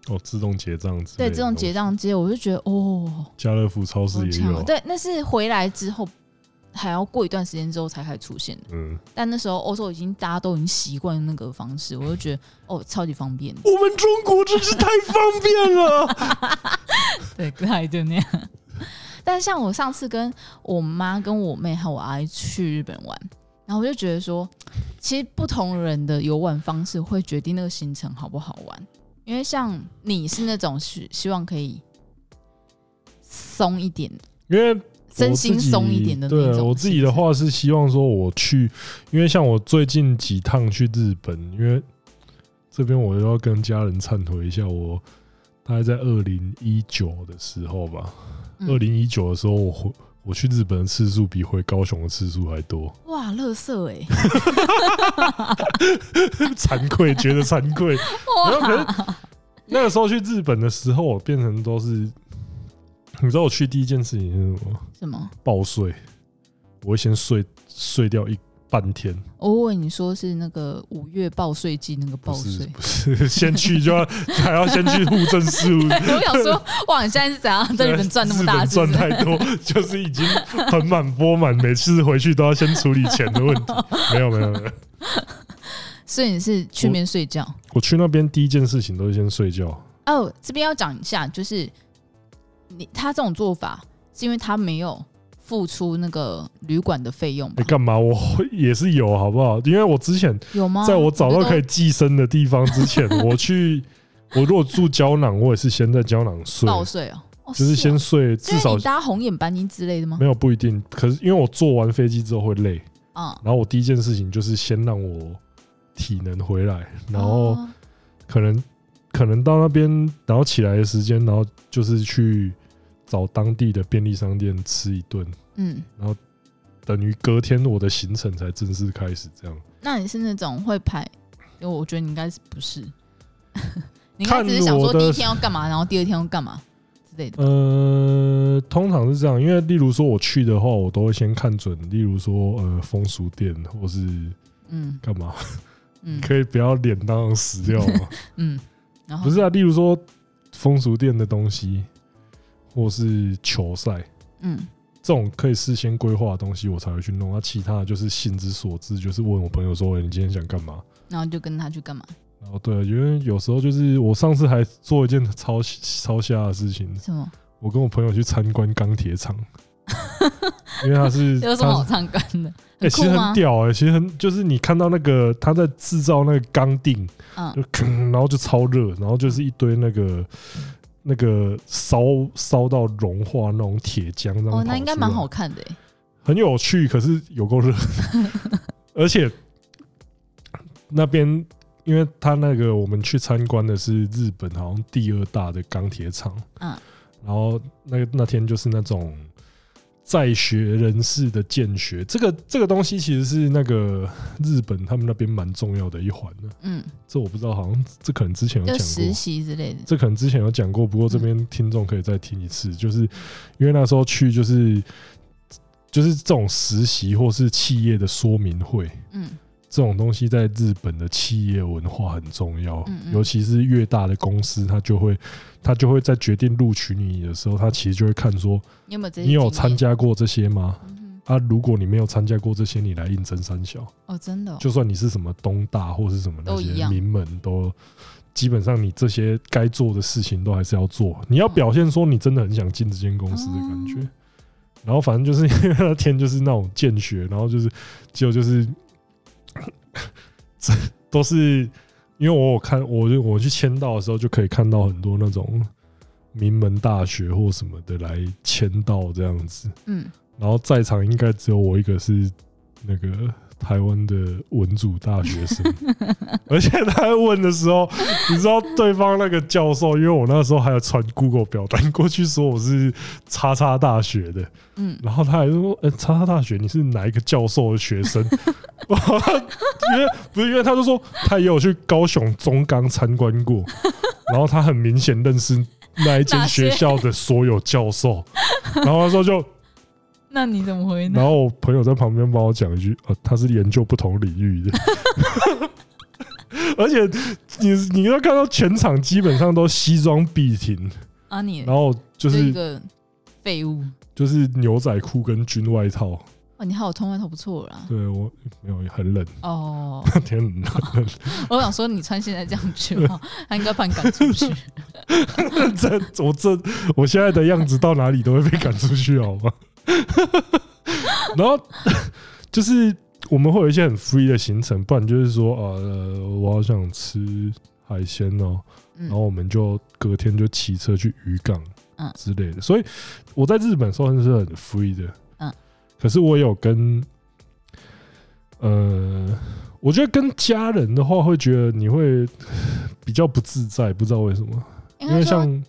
Speaker 1: 哦，自动结账之类
Speaker 2: 对
Speaker 1: 的
Speaker 2: 自动
Speaker 1: 东西
Speaker 2: 结，账机，我就觉得哦，
Speaker 1: 家乐福超市
Speaker 2: 好
Speaker 1: 也
Speaker 2: 强哦
Speaker 1: 有，啊
Speaker 2: 对，那是回来之后还要过一段时间之后才开始出现的。
Speaker 1: 嗯，
Speaker 2: 但那时候欧洲已经大家都已经习惯那个方式，我就觉得哦，超级 方便的。
Speaker 1: 我们中国真是太方便 了。
Speaker 2: 对，跟阿姨就那样。 但像我上次跟我妈、跟我妹还有我阿姨去日本玩，然后我就觉得说，其实不同人的游玩方式会决定那个行程好不好玩。因为像你是那种希希望可以松一点，
Speaker 1: 因为
Speaker 2: 身心松一点的那
Speaker 1: 对啊
Speaker 2: 种。
Speaker 1: 我自己的，话是希望说，我去，因为像我最近几趟去日本，因为这边我又要跟家人忏悔一下，我大概在二零一九的时候吧，
Speaker 2: 嗯
Speaker 1: 二零一九的时候，我回我去日本的次数比回高雄的次数还多，
Speaker 2: 哇，乐色哎，
Speaker 1: 惭愧，觉得惭愧。然后可
Speaker 2: 哇，
Speaker 1: 是那个时候去日本的时候，我变成都是，你知道我去第一件事情是什么吗？
Speaker 2: 什么？
Speaker 1: 爆睡，我会先睡睡掉一半天。
Speaker 2: 我问你说是那个五月报税季那个报
Speaker 1: 不是
Speaker 2: 税，。
Speaker 1: 不是，先去就要还要先去户政事务
Speaker 2: 我想说， 哇，你现在是怎样 在日本赚那么大？
Speaker 1: 日本赚
Speaker 2: 是不是
Speaker 1: 太多，就是已经盆满钵满，每次回去都要先处理钱的问 题。没有没有没有，
Speaker 2: 所以你是去面睡觉。
Speaker 1: 我去那边第一件事情都是先睡觉。
Speaker 2: 哦，这边要讲一下，就是你他这种做法是因为他没有付出那个旅馆的费用
Speaker 1: 哎、
Speaker 2: 吧？
Speaker 1: 干嘛？我也是有好不好？因为我之前
Speaker 2: 有吗？
Speaker 1: 在我找到可以
Speaker 2: 以
Speaker 1: 寄生的地方之前，我去我如果住胶囊，我也是先在胶囊睡，
Speaker 2: 报税哦，哦
Speaker 1: 就是先
Speaker 2: 哦
Speaker 1: 睡，
Speaker 2: 所以
Speaker 1: 至少
Speaker 2: 你搭红眼班机之类的吗
Speaker 1: 没？有不一定。可是因为我坐完飞机之后会累，
Speaker 2: 嗯，
Speaker 1: 然后我第一件事情就是先让我体能回来，然后
Speaker 2: 哦
Speaker 1: 可能、可能到那边，然后起来的时间，然后就是去找当地的便利商店吃一顿，
Speaker 2: 嗯，
Speaker 1: 等于隔天我的行程才正式开始。这样
Speaker 2: 那你是那种会排？因为我觉得你应该是不是？ 你应该
Speaker 1: 看
Speaker 2: 只是想
Speaker 1: 我
Speaker 2: 说
Speaker 1: 的
Speaker 2: 第一天要干嘛，然后第二天要干嘛之类的。
Speaker 1: 呃，通常是这样，因为例如说我去的话，我都会先看准，例如说呃风俗店或是
Speaker 2: 嗯
Speaker 1: 干嘛，
Speaker 2: 嗯
Speaker 1: 可以不要脸当场死掉吗？
Speaker 2: 嗯，然后
Speaker 1: 不是啊，例如说风俗店的东西，或是球赛
Speaker 2: 嗯
Speaker 1: 这种可以事先规划的东西，我才会去弄。那、啊其他的就是兴之所至，就是问我朋友说：“哎、你今天想干嘛
Speaker 2: 然后就跟他去干嘛？？”
Speaker 1: 然后对，因为有时候就是我上次还做一件超超瞎的事情，
Speaker 2: 什么？
Speaker 1: 我跟我朋友去参观钢铁 厂，因为他是
Speaker 2: 有 什么好
Speaker 1: 他
Speaker 2: 参观的？
Speaker 1: 哎、
Speaker 2: 很
Speaker 1: 其实
Speaker 2: 酷
Speaker 1: 很
Speaker 2: 吗？
Speaker 1: 屌哎、其实很就是你看到那个他在制造那个钢锭，
Speaker 2: 嗯
Speaker 1: 就吭，然后就超热，然后就是一堆那个
Speaker 2: 嗯
Speaker 1: 那个烧烧到融化那种铁浆，然后
Speaker 2: 哦，那应该蛮好，看的欸。
Speaker 1: 很有趣，可是有够热，而且那边。因为他那个我们去参观的是日本好像第二大的钢铁厂，
Speaker 2: 嗯，
Speaker 1: 然后那个那天就是那种在学人士的建学，这个这个东西其实是那个日本他们那边蛮重要的一环的，
Speaker 2: 嗯，
Speaker 1: 这我不知道，好像这可能之前有
Speaker 2: 就
Speaker 1: 讲
Speaker 2: 实
Speaker 1: 过，
Speaker 2: 习之类的。
Speaker 1: 这可能之前有讲过，不过这边听众可以再听一
Speaker 2: 嗯
Speaker 1: 次，就是因为那时候去就是就是这种实习或是企业的说明会，
Speaker 2: 嗯
Speaker 1: 这种东西在日本的企业文化很重要，
Speaker 2: 嗯嗯
Speaker 1: 尤其是越大的公司，它就会它就会在决定录取你的时候，它其实就会看说
Speaker 2: 你有没有这些？
Speaker 1: 你有参？加过这些吗？
Speaker 2: 嗯
Speaker 1: 啊，如果你没有参加过这些，你来应征三小，
Speaker 2: 哼哦，真的哦、
Speaker 1: 就算你是什么东大或是什么那
Speaker 2: 都一
Speaker 1: 些
Speaker 2: 样
Speaker 1: 名门，都基本上你这些该做的事情都还是要做。你要表现说你真的很想进这间公司的感觉
Speaker 2: 哦。
Speaker 1: 然后反正就是因为那天就是那种见血，然后就是结果就是，这都是因为我有看我就我去签到的时候就可以看到很多那种名门大学或什么的来签到这样子。
Speaker 2: 嗯，
Speaker 1: 然后在场应该只有我一个是那个台湾的文组大学生， 而且他在问的时候，你知道对方那个教授，因为我那时候还有传 Google 表单过去说我是叉叉大学的，
Speaker 2: 嗯，
Speaker 1: 然后他还说，呃、叉叉大学你是哪一个教授的学生？ 我因为不是因为他就说他也有去高雄中钢参观过，然后他很明显认识那一间
Speaker 2: 哪
Speaker 1: 学
Speaker 2: 些
Speaker 1: 校的所有教授，然后那时候就。
Speaker 2: 那你怎么回
Speaker 1: 然
Speaker 2: 呢？
Speaker 1: 后我朋友在旁边帮我讲一句：“呃，他是研究不同领域的。” 而且你你要看到全场基本上都西装笔挺，
Speaker 2: 啊，你
Speaker 1: 然后就
Speaker 2: 一
Speaker 1: 是
Speaker 2: 个废物
Speaker 1: 就是牛仔裤跟军外套。
Speaker 2: 哦，你还有通外头不错啦。
Speaker 1: 对我没有很冷，
Speaker 2: 哦，
Speaker 1: 那天很冷，
Speaker 2: 我想说你穿现在这样去哦，他应该把你赶 出去。
Speaker 1: 这我这我现在的样子到哪里都会被赶出去，好吗？ 然后 就是我们会有一些很 free 的行程，不然就是说啊呃，我好想吃海鲜哦、
Speaker 2: 嗯
Speaker 1: 然后我们就隔天就骑车去渔港，
Speaker 2: 嗯
Speaker 1: 之类的。所以我在日本算是很 free 的，
Speaker 2: 嗯。
Speaker 1: 可是我有跟，呃，我觉得跟家人的话，会觉得你会比较不自在，不知道为什么。
Speaker 2: 应
Speaker 1: 因
Speaker 2: 该
Speaker 1: 为
Speaker 2: 说
Speaker 1: 像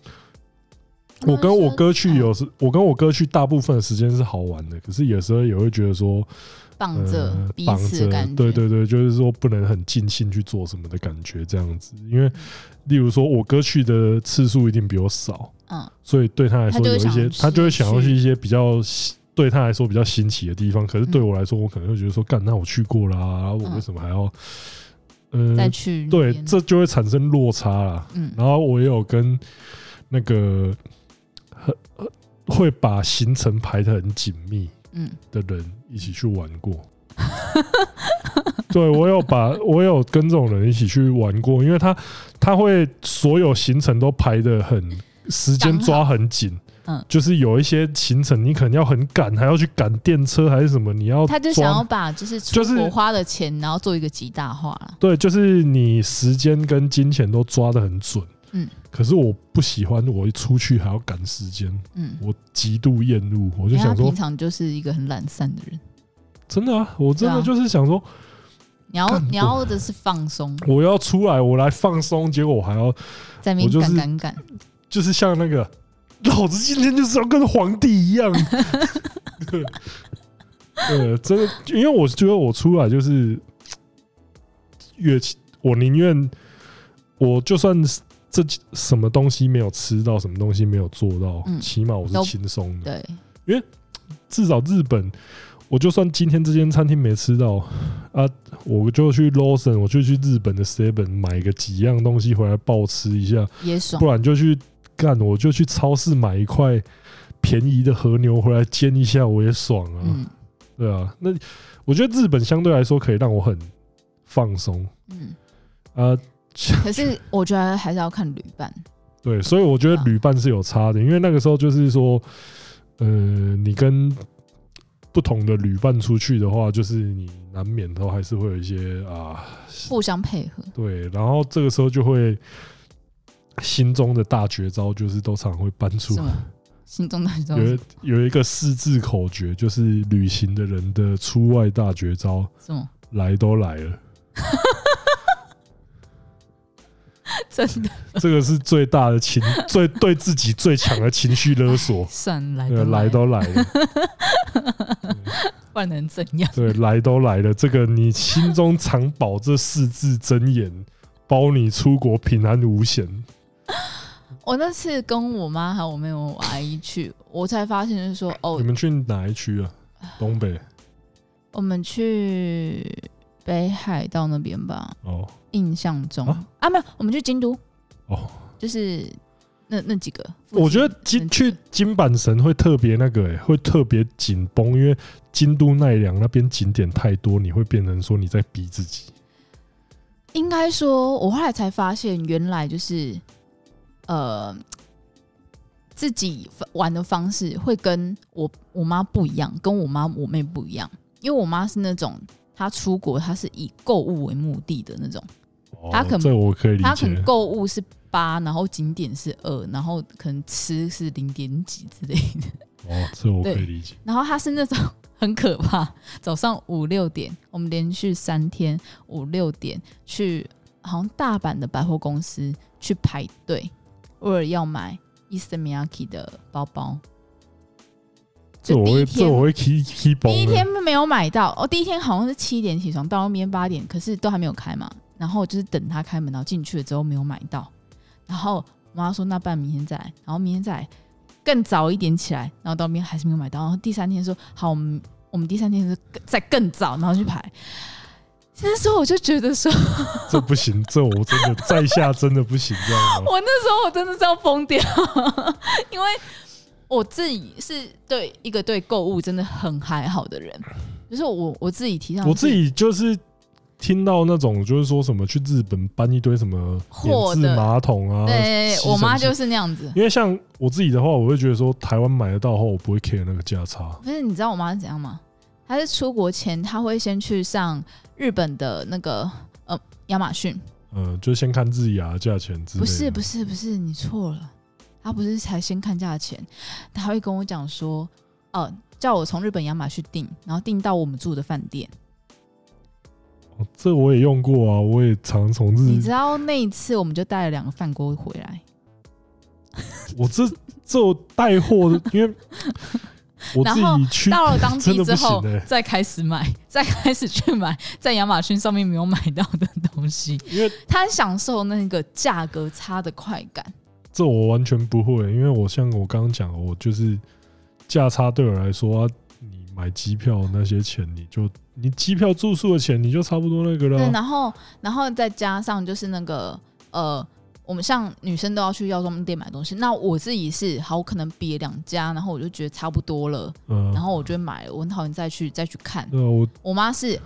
Speaker 1: 我跟
Speaker 2: 嗯
Speaker 1: 我哥去，
Speaker 2: 哦
Speaker 1: 有时我跟我哥去，大部分的时间是好玩的，可是有时候也会觉得说，
Speaker 2: 绑着
Speaker 1: 呃，
Speaker 2: 彼
Speaker 1: 绑
Speaker 2: 此
Speaker 1: 着
Speaker 2: 的感，觉，
Speaker 1: 对对对，就是说不能很尽兴去做什么的感觉，这样子。因为例如说，我哥去的次数一定比我少，
Speaker 2: 嗯，
Speaker 1: 所以对他来
Speaker 2: 他
Speaker 1: 说
Speaker 2: 就
Speaker 1: 有
Speaker 2: 会
Speaker 1: 一些，
Speaker 2: 想
Speaker 1: 他就会
Speaker 2: 去
Speaker 1: 想要去一些比较新对他来说比较新奇的地方。可是对我来说，我可能会觉得说，干，那我去过啦，然后我为什么还要，
Speaker 2: 再
Speaker 1: 呃，
Speaker 2: 嗯去那
Speaker 1: 对，
Speaker 2: 边
Speaker 1: 这就会产生落差啦。
Speaker 2: 嗯
Speaker 1: 然后我也有跟那个很会把行程排得很紧密
Speaker 2: 嗯
Speaker 1: 的人一起去玩过。 对我有把我有跟这种人一起去玩过，因为他他会所有行程都排得很时间抓很紧。
Speaker 2: 嗯
Speaker 1: 就是有一些行程你可能要很赶，还要去赶电车还是什么，你要
Speaker 2: 他就
Speaker 1: 抓
Speaker 2: 想要把就是出
Speaker 1: 哦就是
Speaker 2: 国花的钱，然后做一个极大化了。
Speaker 1: 对，就是你时间跟金钱都抓得很准。
Speaker 2: 嗯，
Speaker 1: 可是我不喜欢我一出去还要赶时间，
Speaker 2: 嗯，
Speaker 1: 我极度厌恶。我就
Speaker 2: 因为他
Speaker 1: 想说
Speaker 2: 平，常就是一个很懒散的人，
Speaker 1: 真的啊，我真的
Speaker 2: 对啊
Speaker 1: 就是想说，
Speaker 2: 你要
Speaker 1: 干
Speaker 2: 你要的是放松，
Speaker 1: 我要出来，我来放松，结果我还要
Speaker 2: 在那
Speaker 1: 我就
Speaker 2: 边
Speaker 1: 是
Speaker 2: 赶赶赶，
Speaker 1: 就是像那个 老子今天就是要跟皇帝一样。 呃，真的，因为我觉得我出来就是越起，我宁愿我就算是这什么东西没有吃到，什么东西没有做到，
Speaker 2: 嗯
Speaker 1: 起码我是
Speaker 2: 都
Speaker 1: 轻松的。
Speaker 2: 对，
Speaker 1: 至少日本，我就算今天这间餐厅没吃到啊，我就去 Lawson，我就去日本的 Seven 买个几样东西回来暴吃一下，
Speaker 2: 也爽
Speaker 1: 不。然就去干，我就去超市买一块便宜的和牛回来煎一下，我也爽啊，
Speaker 2: 嗯
Speaker 1: 对啊。那我觉得日本相对来说可以让我很放松
Speaker 2: 嗯，
Speaker 1: 啊，
Speaker 2: 可是我觉得还是要看旅伴，
Speaker 1: 对，所以我觉得旅伴是有差的，因为那个时候就是说，呃，你跟不同的旅伴出去的话，就是你难免都还是会有一些啊，
Speaker 2: 互相配合。
Speaker 1: 对，然后这个时候就会心中的大绝招，就是都常会搬出
Speaker 2: 什么？心中的你知道
Speaker 1: 有有一个四字口诀，就是旅行的人的出外大绝招，
Speaker 2: 什么？
Speaker 1: 来都来了，
Speaker 2: 真的。
Speaker 1: 这个是最大的情， 最对自己最强的情绪勒索
Speaker 2: 算了，来
Speaker 1: 对，
Speaker 2: 都
Speaker 1: 来
Speaker 2: 了，
Speaker 1: 都来了，
Speaker 2: 不然能怎样？
Speaker 1: 对，来都来了。这个你心中藏宝这四字真言，包你出国平安无险。
Speaker 2: 我那次跟我妈还有我妹我我阿姨去，我才发现就是说，哦
Speaker 1: 你，们去哪一区啊？东北
Speaker 2: 我们去北海道那边吧，
Speaker 1: 哦
Speaker 2: 印象中
Speaker 1: 啊
Speaker 2: 啊没有，我们去京都，
Speaker 1: 哦，
Speaker 2: 就是那那几个附近。
Speaker 1: 我觉得金
Speaker 2: 那几个
Speaker 1: 去金板神会特别那个、欸，会特别紧绷，因为京都奈良那边景点太多，你会变成说你在逼自己。
Speaker 2: 应该说，我后来才发现，原来就是呃，自己玩的方式会跟我我妈不一样，跟我妈我妹不一样，因为我妈是那种她出国，她是以购物为目的的那种，
Speaker 1: 哦
Speaker 2: 他可能
Speaker 1: 这我可以理
Speaker 2: 她可能
Speaker 1: 解。
Speaker 2: 购物是八，然后景点是二，然后可能吃是零点几之类的。
Speaker 1: 哦，这我可以
Speaker 2: 对
Speaker 1: 理解。
Speaker 2: 然后他是那种很可怕，早上五六点，我们连续三天五六点去，好像大阪的百货公司去排队，为了要买 Ismiyaki 的包包。
Speaker 1: 这
Speaker 2: 就
Speaker 1: 我
Speaker 2: 第一
Speaker 1: 会，这
Speaker 2: 天
Speaker 1: 我会 key key 崩
Speaker 2: 第一
Speaker 1: 的。
Speaker 2: 天没有买到，哦，第一天好像是七点起床，到那边八点，可是都还没有开嘛。然后就是等他开门，然后进去了之后没有买到，然后我妈说那不然明天再来，然后明天再来更早一点起来，然后到那边还是没有买到，然后第三天说好，我们我们第三天是更再更早，然后去排。那时候我就觉得说，
Speaker 1: 这不行，这我真的在下真的不行，这样 吗？
Speaker 2: 我那时候我真的是要 疯掉，因为我自己是对一个对购物真的很还好的人，就是我我自己提倡
Speaker 1: 我
Speaker 2: 是
Speaker 1: 自己就是听到那种就是说什么去日本搬一堆什么免
Speaker 2: 货
Speaker 1: 治
Speaker 2: 的
Speaker 1: 马桶啊，
Speaker 2: 对
Speaker 1: 吸，尘
Speaker 2: 我妈
Speaker 1: 器
Speaker 2: 就是那样子。
Speaker 1: 因为像我自己的话，我会觉得说台湾买得到的话，我不会 care 那个价差。
Speaker 2: 不是，你知道我妈是怎样吗？她是出国前，她会先去上日本的那个呃亚马逊。
Speaker 1: 呃，就先看日牙价钱之类
Speaker 2: 不是，不
Speaker 1: 是，
Speaker 2: 是，不是，你错了。她不是才先看价钱，她会跟我讲说，哦、叫我从日本亚马逊订，然后订到我们住的饭店。
Speaker 1: 哦这我也用过啊，我也常从
Speaker 2: 你
Speaker 1: 日
Speaker 2: 知，道那一次我们就带了两个饭锅回来，
Speaker 1: 我这这我带货的， 因为我自
Speaker 2: 然后
Speaker 1: 己去
Speaker 2: 到了当
Speaker 1: 真的
Speaker 2: 地之
Speaker 1: 不行欸
Speaker 2: 后
Speaker 1: 的、
Speaker 2: 再开始买，再开始去买在亚马逊上面没有买到的东西。
Speaker 1: 因为
Speaker 2: 他很享受那个价格差的快感。
Speaker 1: 这我完全不会，因为我像我刚刚讲的，我就是价差对我来说、啊，你买机票那些钱，你就你机票住宿的钱，你就差不多那个
Speaker 2: 对，
Speaker 1: 了啊。
Speaker 2: 然后然后再加上就是那个呃，我们像女生都要去药妆店买东西，那我自己是好，我可能比了两家，然后我就觉得差不多了，
Speaker 1: 嗯，
Speaker 2: 然后我就买了，我很讨厌再去再去看。
Speaker 1: 对啊我
Speaker 2: 我妈是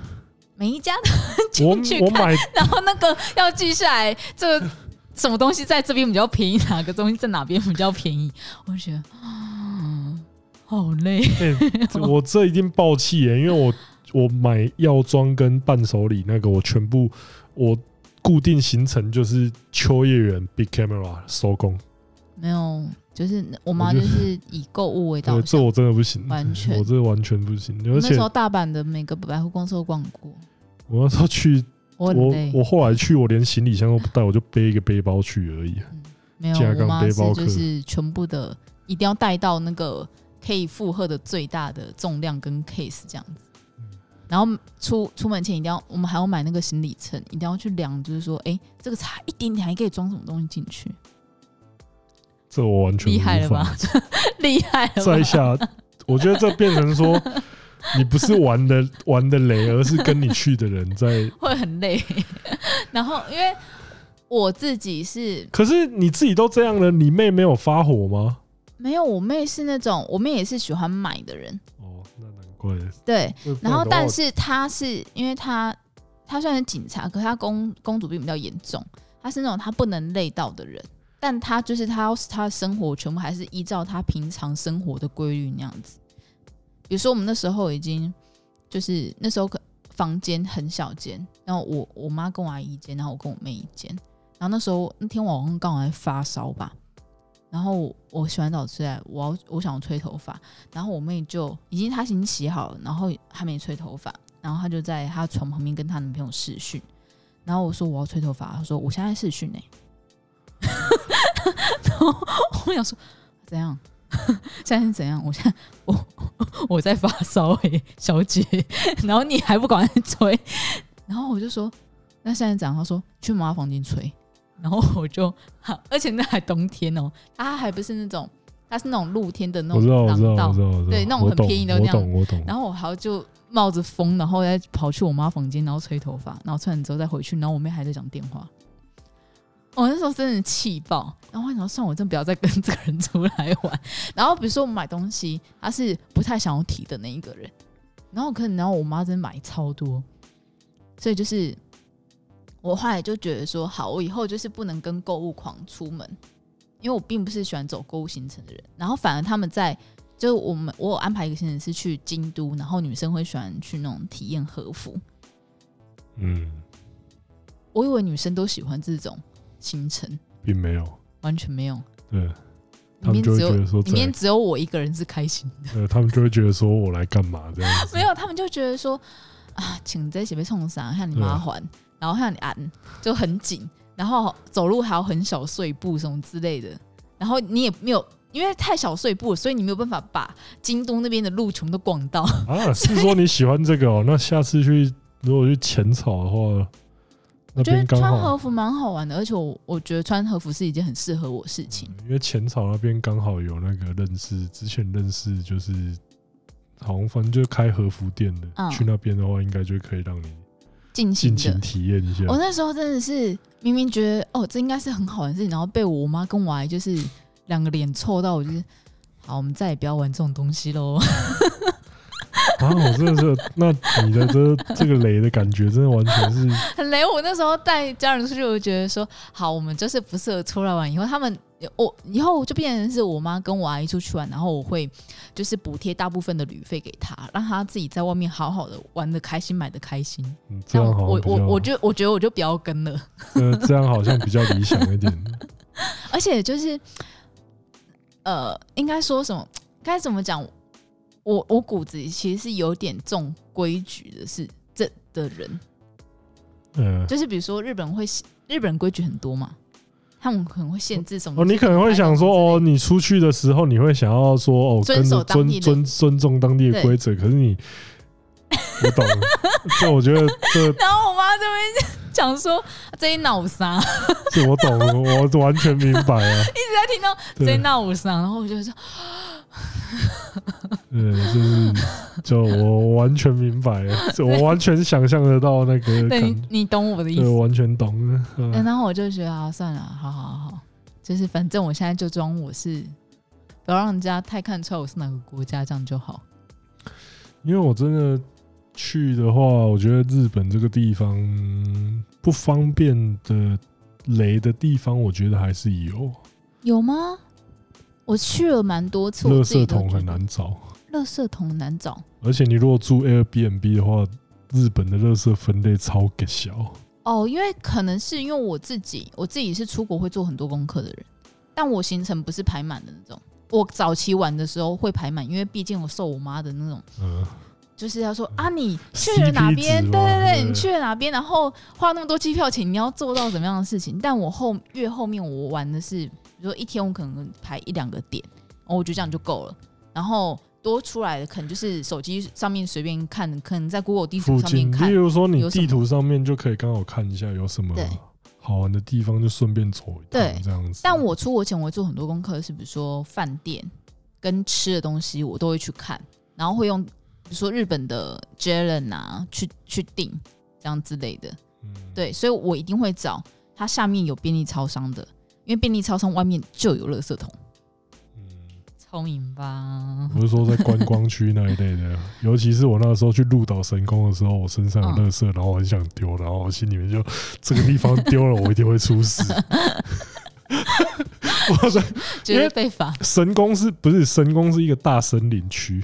Speaker 2: 每一家都
Speaker 1: 我
Speaker 2: 进去
Speaker 1: 我
Speaker 2: 看，
Speaker 1: 买
Speaker 2: 然后那个要记下来这个什么东西在这边比较便宜，哪个东西在哪边比较便宜，我就觉得啊好累。
Speaker 1: 哎这我这一定爆气耶，因为我我买药妆跟伴手礼那个，我全部我固定行程就是秋叶原 Big Camera 收工，
Speaker 2: 没有，就是我
Speaker 1: 我
Speaker 2: 妈
Speaker 1: 觉
Speaker 2: 就
Speaker 1: 得
Speaker 2: 是以购物为导
Speaker 1: 对，这
Speaker 2: 向。
Speaker 1: 我真的不行，
Speaker 2: 完全
Speaker 1: 我这完全不行。而
Speaker 2: 我那
Speaker 1: 且
Speaker 2: 时候大阪的每个百货公司都逛过，
Speaker 1: 我那时候去，
Speaker 2: 我很
Speaker 1: 我
Speaker 2: 累，
Speaker 1: 我后来去，我连行李箱都不带，我就背一个背包去而已。
Speaker 2: 没有，
Speaker 1: 架杠
Speaker 2: 我妈
Speaker 1: 背
Speaker 2: 是
Speaker 1: 包客
Speaker 2: 就是全部的一定要带到那个可以负荷的最大的重量跟 case 这样子。然后出出门前一定要，我们还要买那个行李秤，一定要去量，就是说，哎，这个差一点点还可以装什么东西进去，
Speaker 1: 这我完全
Speaker 2: 厉害
Speaker 1: 无法
Speaker 2: 了吧？ 厉害 了吧
Speaker 1: 在？下，我觉得这变成说，你不是玩的玩的雷，而是跟你去的人 在。
Speaker 2: 会很累。然后因为我自己是
Speaker 1: 可是你自己都这样了，你妹没有发火吗？
Speaker 2: 没有，我妹是那种，我妹也是喜欢买的人，
Speaker 1: 哦，那难怪。
Speaker 2: 对。
Speaker 1: 这不
Speaker 2: 然后，
Speaker 1: 的话
Speaker 2: 但是她是因为她她虽然是警察，可是她公公主病比较严重，她是那种她不能累到的人，但她就是她要她的生活全部还是依照她平常生活的规律那样子。比如说，我们那时候已经就是那时候可房间很小间，然后我我妈跟我阿姨一间，然后我跟我妹一间。然后那时候那天我好像刚好在发烧吧，然后我我洗完澡出来，我要我想吹头发，然后我妹就已经她已经洗好了，然后还没吹头发，然后她就在她床旁边跟她男朋友视讯，然后我说我要吹头发，她说我现在在视讯呢、然后我想说怎样？现在是怎样？我现在我我在发烧哎、小姐，然后你还不管吹，然后我就说那现在怎样？她说去妈妈房间吹，然后我就，而且那还冬天哦、它还不是那种，它是那种露天的那
Speaker 1: 我
Speaker 2: 种
Speaker 1: 知道，我知道，
Speaker 2: 廊
Speaker 1: 我
Speaker 2: 道
Speaker 1: 知，道，我知道
Speaker 2: 对那种很便宜的
Speaker 1: 我
Speaker 2: 那样
Speaker 1: 懂，我懂，我懂。
Speaker 2: 然后我还要就冒着风，然后再跑去我妈房间，然后吹头发，然后吹完之后再回去，然后我妹还在讲电话。我、那时候真的气爆，然后我想说算了，我真不要再跟这个人出来玩。然后比如说我买东西，他是不太想要提的那一个人，然后可能然后我妈真的买超多，所以就是我后来就觉得说，好，我以后就是不能跟购物狂出门，因为我并不是喜欢走购物行程的人。然后反而他们在就我们我有安排一个行程是去京都，然后女生会喜欢去那种体验和服。
Speaker 1: 嗯，
Speaker 2: 我以为女生都喜欢这种行程，
Speaker 1: 并没有，
Speaker 2: 完全没有，
Speaker 1: 对
Speaker 2: 里
Speaker 1: 他们
Speaker 2: 面
Speaker 1: 就会
Speaker 2: 只
Speaker 1: 觉
Speaker 2: 有
Speaker 1: 得说
Speaker 2: 里
Speaker 1: 在，
Speaker 2: 面只有我一个人是开心的，
Speaker 1: 对他们就会觉得说我来干嘛这样子，
Speaker 2: 没有，他们就觉得说啊，请在一起被冲伤，像你麻烦，然后像你按就很紧，然后走路还要很小碎步什么之类的，然后你也没有。因为太小碎步了，所以你没有办法把京东那边的路全部都逛到。
Speaker 1: 啊，是说你喜欢这个哦？那下次去如果去浅草的话，那
Speaker 2: 我觉得
Speaker 1: 边刚
Speaker 2: 穿和
Speaker 1: 好，
Speaker 2: 服蛮好玩的，而且我我觉得穿和服是一件很适合我的事情。
Speaker 1: 因为浅草那边刚好有那个认识，之前认识就是好像反正就是开和服店的，
Speaker 2: 嗯
Speaker 1: 去那边的话应该就可以让你
Speaker 2: 尽情
Speaker 1: 尽
Speaker 2: 的
Speaker 1: 情，体验一下。
Speaker 2: 我那时候真的是明明觉得哦，这应该是很好玩的事情，然后被我妈跟我阿姨就是两个脸臭到，我就是好，我们再也不要玩这种东西喽。
Speaker 1: 啊，我真的是，那你的这这个雷的感觉，真的完全是，
Speaker 2: 很雷。我那时候带家人出去，我就觉得说，好，我们就是不适合出来玩。以后他们，我以后就变成是我妈跟我阿姨出去玩，然后我会就是补贴大部分的旅费给她，让她自己在外面好好的玩的开心，买的开心。
Speaker 1: 嗯这
Speaker 2: 但
Speaker 1: 样好
Speaker 2: 我
Speaker 1: 像比
Speaker 2: 我
Speaker 1: 较
Speaker 2: 我就我觉得我就不要跟了，
Speaker 1: 呃，这样好像比较理想一点。
Speaker 2: 而且就是呃，应该说什么？该怎么讲？我我骨子里其实是有点重规矩的是这的人，
Speaker 1: 嗯，
Speaker 2: 就是比如说日本会日本规矩很多嘛，他们可能会限制什么
Speaker 1: 哦，你可能会想说，哦，你出去的时候，你会想要说，哦，
Speaker 2: 遵
Speaker 1: 跟
Speaker 2: 守
Speaker 1: 着
Speaker 2: 当
Speaker 1: 尊
Speaker 2: 地的
Speaker 1: 尊尊重当地的
Speaker 2: 对
Speaker 1: 规则，可是你，我懂，这我觉得这
Speaker 2: 然后我妈这边讲说这一闹 伤，一
Speaker 1: 这我懂，我完全明白啊。
Speaker 2: 直在听到这一
Speaker 1: 对，
Speaker 2: 闹伤，然后我就说
Speaker 1: 嗯，就是就我完全明白了，这我完全想象得到那个
Speaker 2: 对
Speaker 1: 感
Speaker 2: 你，你懂我的意
Speaker 1: 对，
Speaker 2: 思。
Speaker 1: 我完全懂了。嗯
Speaker 2: 嗯然后我就觉得啊，算了，好好好好，就是反正我现在就装我是，不要让人家太看出来我是哪个国家，这样就好。
Speaker 1: 因为我真的去的话，我觉得日本这个地方不方便的雷的地方，我觉得还是有。
Speaker 2: 有吗？我去了蛮多次，
Speaker 1: 垃
Speaker 2: 我自己
Speaker 1: 圾
Speaker 2: 都
Speaker 1: 桶
Speaker 2: 觉
Speaker 1: 很
Speaker 2: 得，
Speaker 1: 难找，
Speaker 2: 垃圾桶难找
Speaker 1: 而且你如果住 Airbnb 的话，日本的垃圾分类超给小。
Speaker 2: 哦，因为可能是因为我自己，我自己是出国会做很多功课的人，但我行程不是排满的那种。我早期玩的时候会排满，因为毕竟我受我妈的那种，
Speaker 1: 嗯，
Speaker 2: 就是要说
Speaker 1: 嗯
Speaker 2: 啊，你去了哪
Speaker 1: CP
Speaker 2: 边？
Speaker 1: 值
Speaker 2: 对
Speaker 1: 嘛
Speaker 2: 对
Speaker 1: 对
Speaker 2: 对，你去了哪边？然后花那么多机票钱，你要做到怎么样的事情？但我后越后面我玩的是，比如说一天我可能排一两个点，哦，我觉得这样就够了。然后多出来的可能就是手机上面随便看，可能在 Google 地图
Speaker 1: 附
Speaker 2: 上
Speaker 1: 近，
Speaker 2: 面看
Speaker 1: 例。如说你
Speaker 2: 有什么
Speaker 1: 地图上面就可以刚好看一下有什么
Speaker 2: 对
Speaker 1: 好玩的地方，就顺便走一
Speaker 2: 对
Speaker 1: 趟这样子。
Speaker 2: 但我出国前我会做很多功课，是比如说饭店跟吃的东西我都会去看，然后会用比如说日本的 Jalen 啊去去订这样之类的。
Speaker 1: 嗯，
Speaker 2: 对，所以我一定会找它下面有便利超商的，因为便利超商外面就有垃圾桶。嗯
Speaker 1: 嗯
Speaker 2: 聪明吧？
Speaker 1: 我是说在观光区那一类的，尤其是我那时候去鹿岛神宫的时候，我身上有
Speaker 2: 嗯
Speaker 1: 垃圾，然后我很想丢，然后我心里面就这个地方丢了，我一定会出 事。我在
Speaker 2: 绝对被罚
Speaker 1: 神宫是不是神宫是一个大森林区？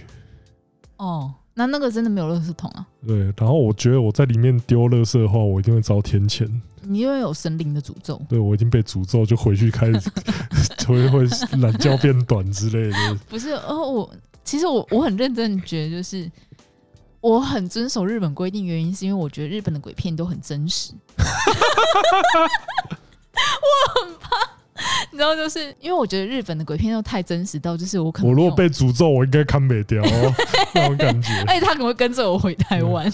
Speaker 2: 哦。那那个真的没有垃圾桶啊，
Speaker 1: 对，然后我觉得我在里面丢垃圾的话，我一定会遭天谴。
Speaker 2: 你因为有神灵的诅咒。
Speaker 1: 对我已经被诅咒，就回去开始 就会会懒觉变短之类的。
Speaker 2: 不是，哦，我其实我我很认真地觉得，就是我很遵守日本规定，原因是因为我觉得日本的鬼片都很真实。 我很怕，你知道，就是因为我觉得日本的鬼片都太真实到，哎就是我可能
Speaker 1: 我如
Speaker 2: 没
Speaker 1: 果
Speaker 2: 有
Speaker 1: 被诅咒，我应该看北雕哦 那种感觉。
Speaker 2: 而且他可能会跟着我回台湾，
Speaker 1: 嗯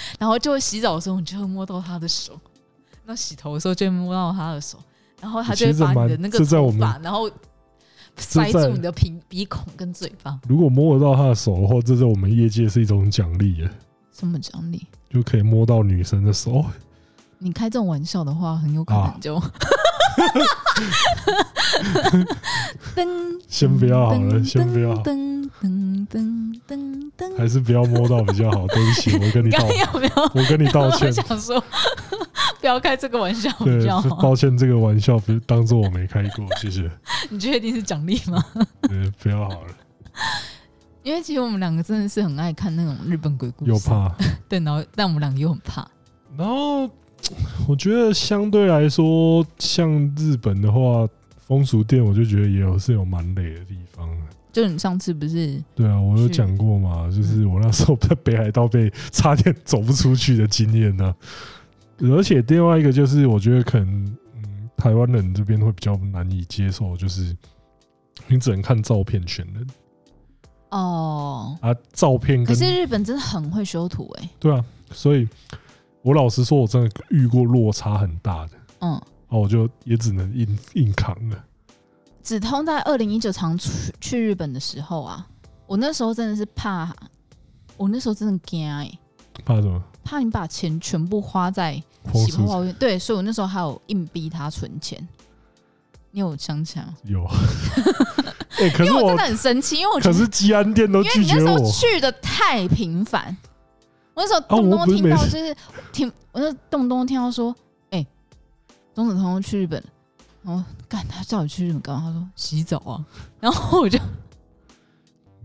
Speaker 2: 然后就会洗澡的时候，你就会摸到他的手；那洗头的时候就会摸到他的手，然后他就会
Speaker 1: 其实
Speaker 2: 把你的
Speaker 1: 蛮
Speaker 2: 那个
Speaker 1: 这在
Speaker 2: 头
Speaker 1: 我们
Speaker 2: 发，然后塞
Speaker 1: 在
Speaker 2: 住你的鼻鼻孔跟嘴巴，
Speaker 1: 如果摸得到她的手的话，这在我们业界是一种奖励耶，
Speaker 2: 什么奖励？
Speaker 1: 就可以摸到女生的手。
Speaker 2: 你开这种玩笑的话，很有可
Speaker 1: 啊
Speaker 2: 能就 噔，
Speaker 1: 先不要好了，
Speaker 2: 噔
Speaker 1: 先不要好，
Speaker 2: 噔噔噔噔噔。
Speaker 1: 还是不要摸到比较好。对不起，我跟你
Speaker 2: 你刚
Speaker 1: 道
Speaker 2: 刚，有没有？
Speaker 1: 我跟你道歉
Speaker 2: 我。想说，不要开这个玩笑，
Speaker 1: 对
Speaker 2: 比较，好。
Speaker 1: 抱歉，这个玩笑不是当做我没开过，谢谢。
Speaker 2: 你确定是奖励吗？
Speaker 1: 呃，不要好了，
Speaker 2: 因为其实我们两个真的是很爱看那种日本鬼故事，
Speaker 1: 又怕。
Speaker 2: 对，然后但我们两个又很怕。
Speaker 1: 然后我觉得相对来说，像日本的话，风俗店我就觉得也有是有蛮累的地方的。
Speaker 2: 就你上次不是
Speaker 1: 对啊，我有
Speaker 2: 是
Speaker 1: 讲过
Speaker 2: 嗯
Speaker 1: 嘛，就是我那时候在北海道被差点走不出去的经验呢、而且另外一个就是，我觉得可能嗯，台湾人这边会比较难以接受，就是你只能看照片选人
Speaker 2: 哦，
Speaker 1: 啊，照片
Speaker 2: 可
Speaker 1: 跟
Speaker 2: 是日本真的很会修图哎、
Speaker 1: 对啊，所以我老实说，我真的遇过落差很大的。
Speaker 2: 嗯，
Speaker 1: 哦，我就也只能硬硬扛了。
Speaker 2: 子通在二零一九常去去日本的时候啊，我那时候真的是怕，我那时候真的惊哎、
Speaker 1: 怕什么？
Speaker 2: 怕你把钱全部花在
Speaker 1: 风
Speaker 2: 洗泡
Speaker 1: 俗
Speaker 2: 泡浴，对，所以我那时候还有硬逼他存钱。你有想起来吗？
Speaker 1: 有。哎、可
Speaker 2: 因
Speaker 1: 是
Speaker 2: 为
Speaker 1: 我
Speaker 2: 我真的，很生气，因为我觉
Speaker 1: 可
Speaker 2: 得
Speaker 1: 是吉安店都
Speaker 2: 因为
Speaker 1: 拒
Speaker 2: 你那
Speaker 1: 绝
Speaker 2: 时候
Speaker 1: 我。哦
Speaker 2: 去的太频繁，我那时候动不
Speaker 1: 我
Speaker 2: 动
Speaker 1: 不是
Speaker 2: 听到
Speaker 1: 每次
Speaker 2: 就是听，我就动不动听到说，哎、钟子通去日本了，然后干他叫我去日本干嘛？他说洗澡啊， 然后我就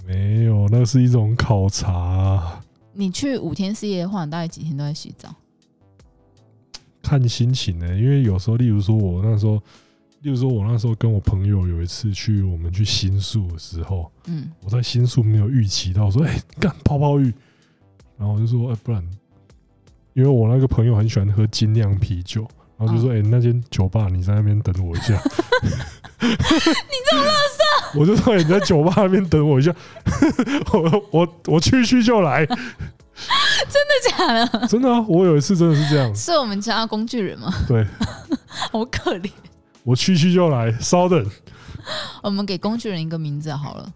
Speaker 1: 没有，那是一种考察、
Speaker 2: 你去五天四夜的话，你大概几天都在洗澡？
Speaker 1: 看心情呢、因为有时候，例如说我那时候，例如说我那时候跟我朋友有一次去我们去新宿的时候，
Speaker 2: 嗯，
Speaker 1: 我在新宿没有预期到说，哎、干泡泡浴，然后我就说，哎、不然，因为我那个朋友很喜欢喝精酿啤酒，然后就
Speaker 2: 嗯
Speaker 1: 说，哎、那间酒吧你在那边等我一下， 你这么垃圾，我就说、哎，你在酒吧那边等我一下， 我我我去去就来，
Speaker 2: 真的假的？
Speaker 1: 真的啊，我有一次真的是这样，
Speaker 2: 是我们家工具人吗？
Speaker 1: 对
Speaker 2: 好可怜。
Speaker 1: 我去去就来，稍等，
Speaker 2: 我们给工具人一个名字好了，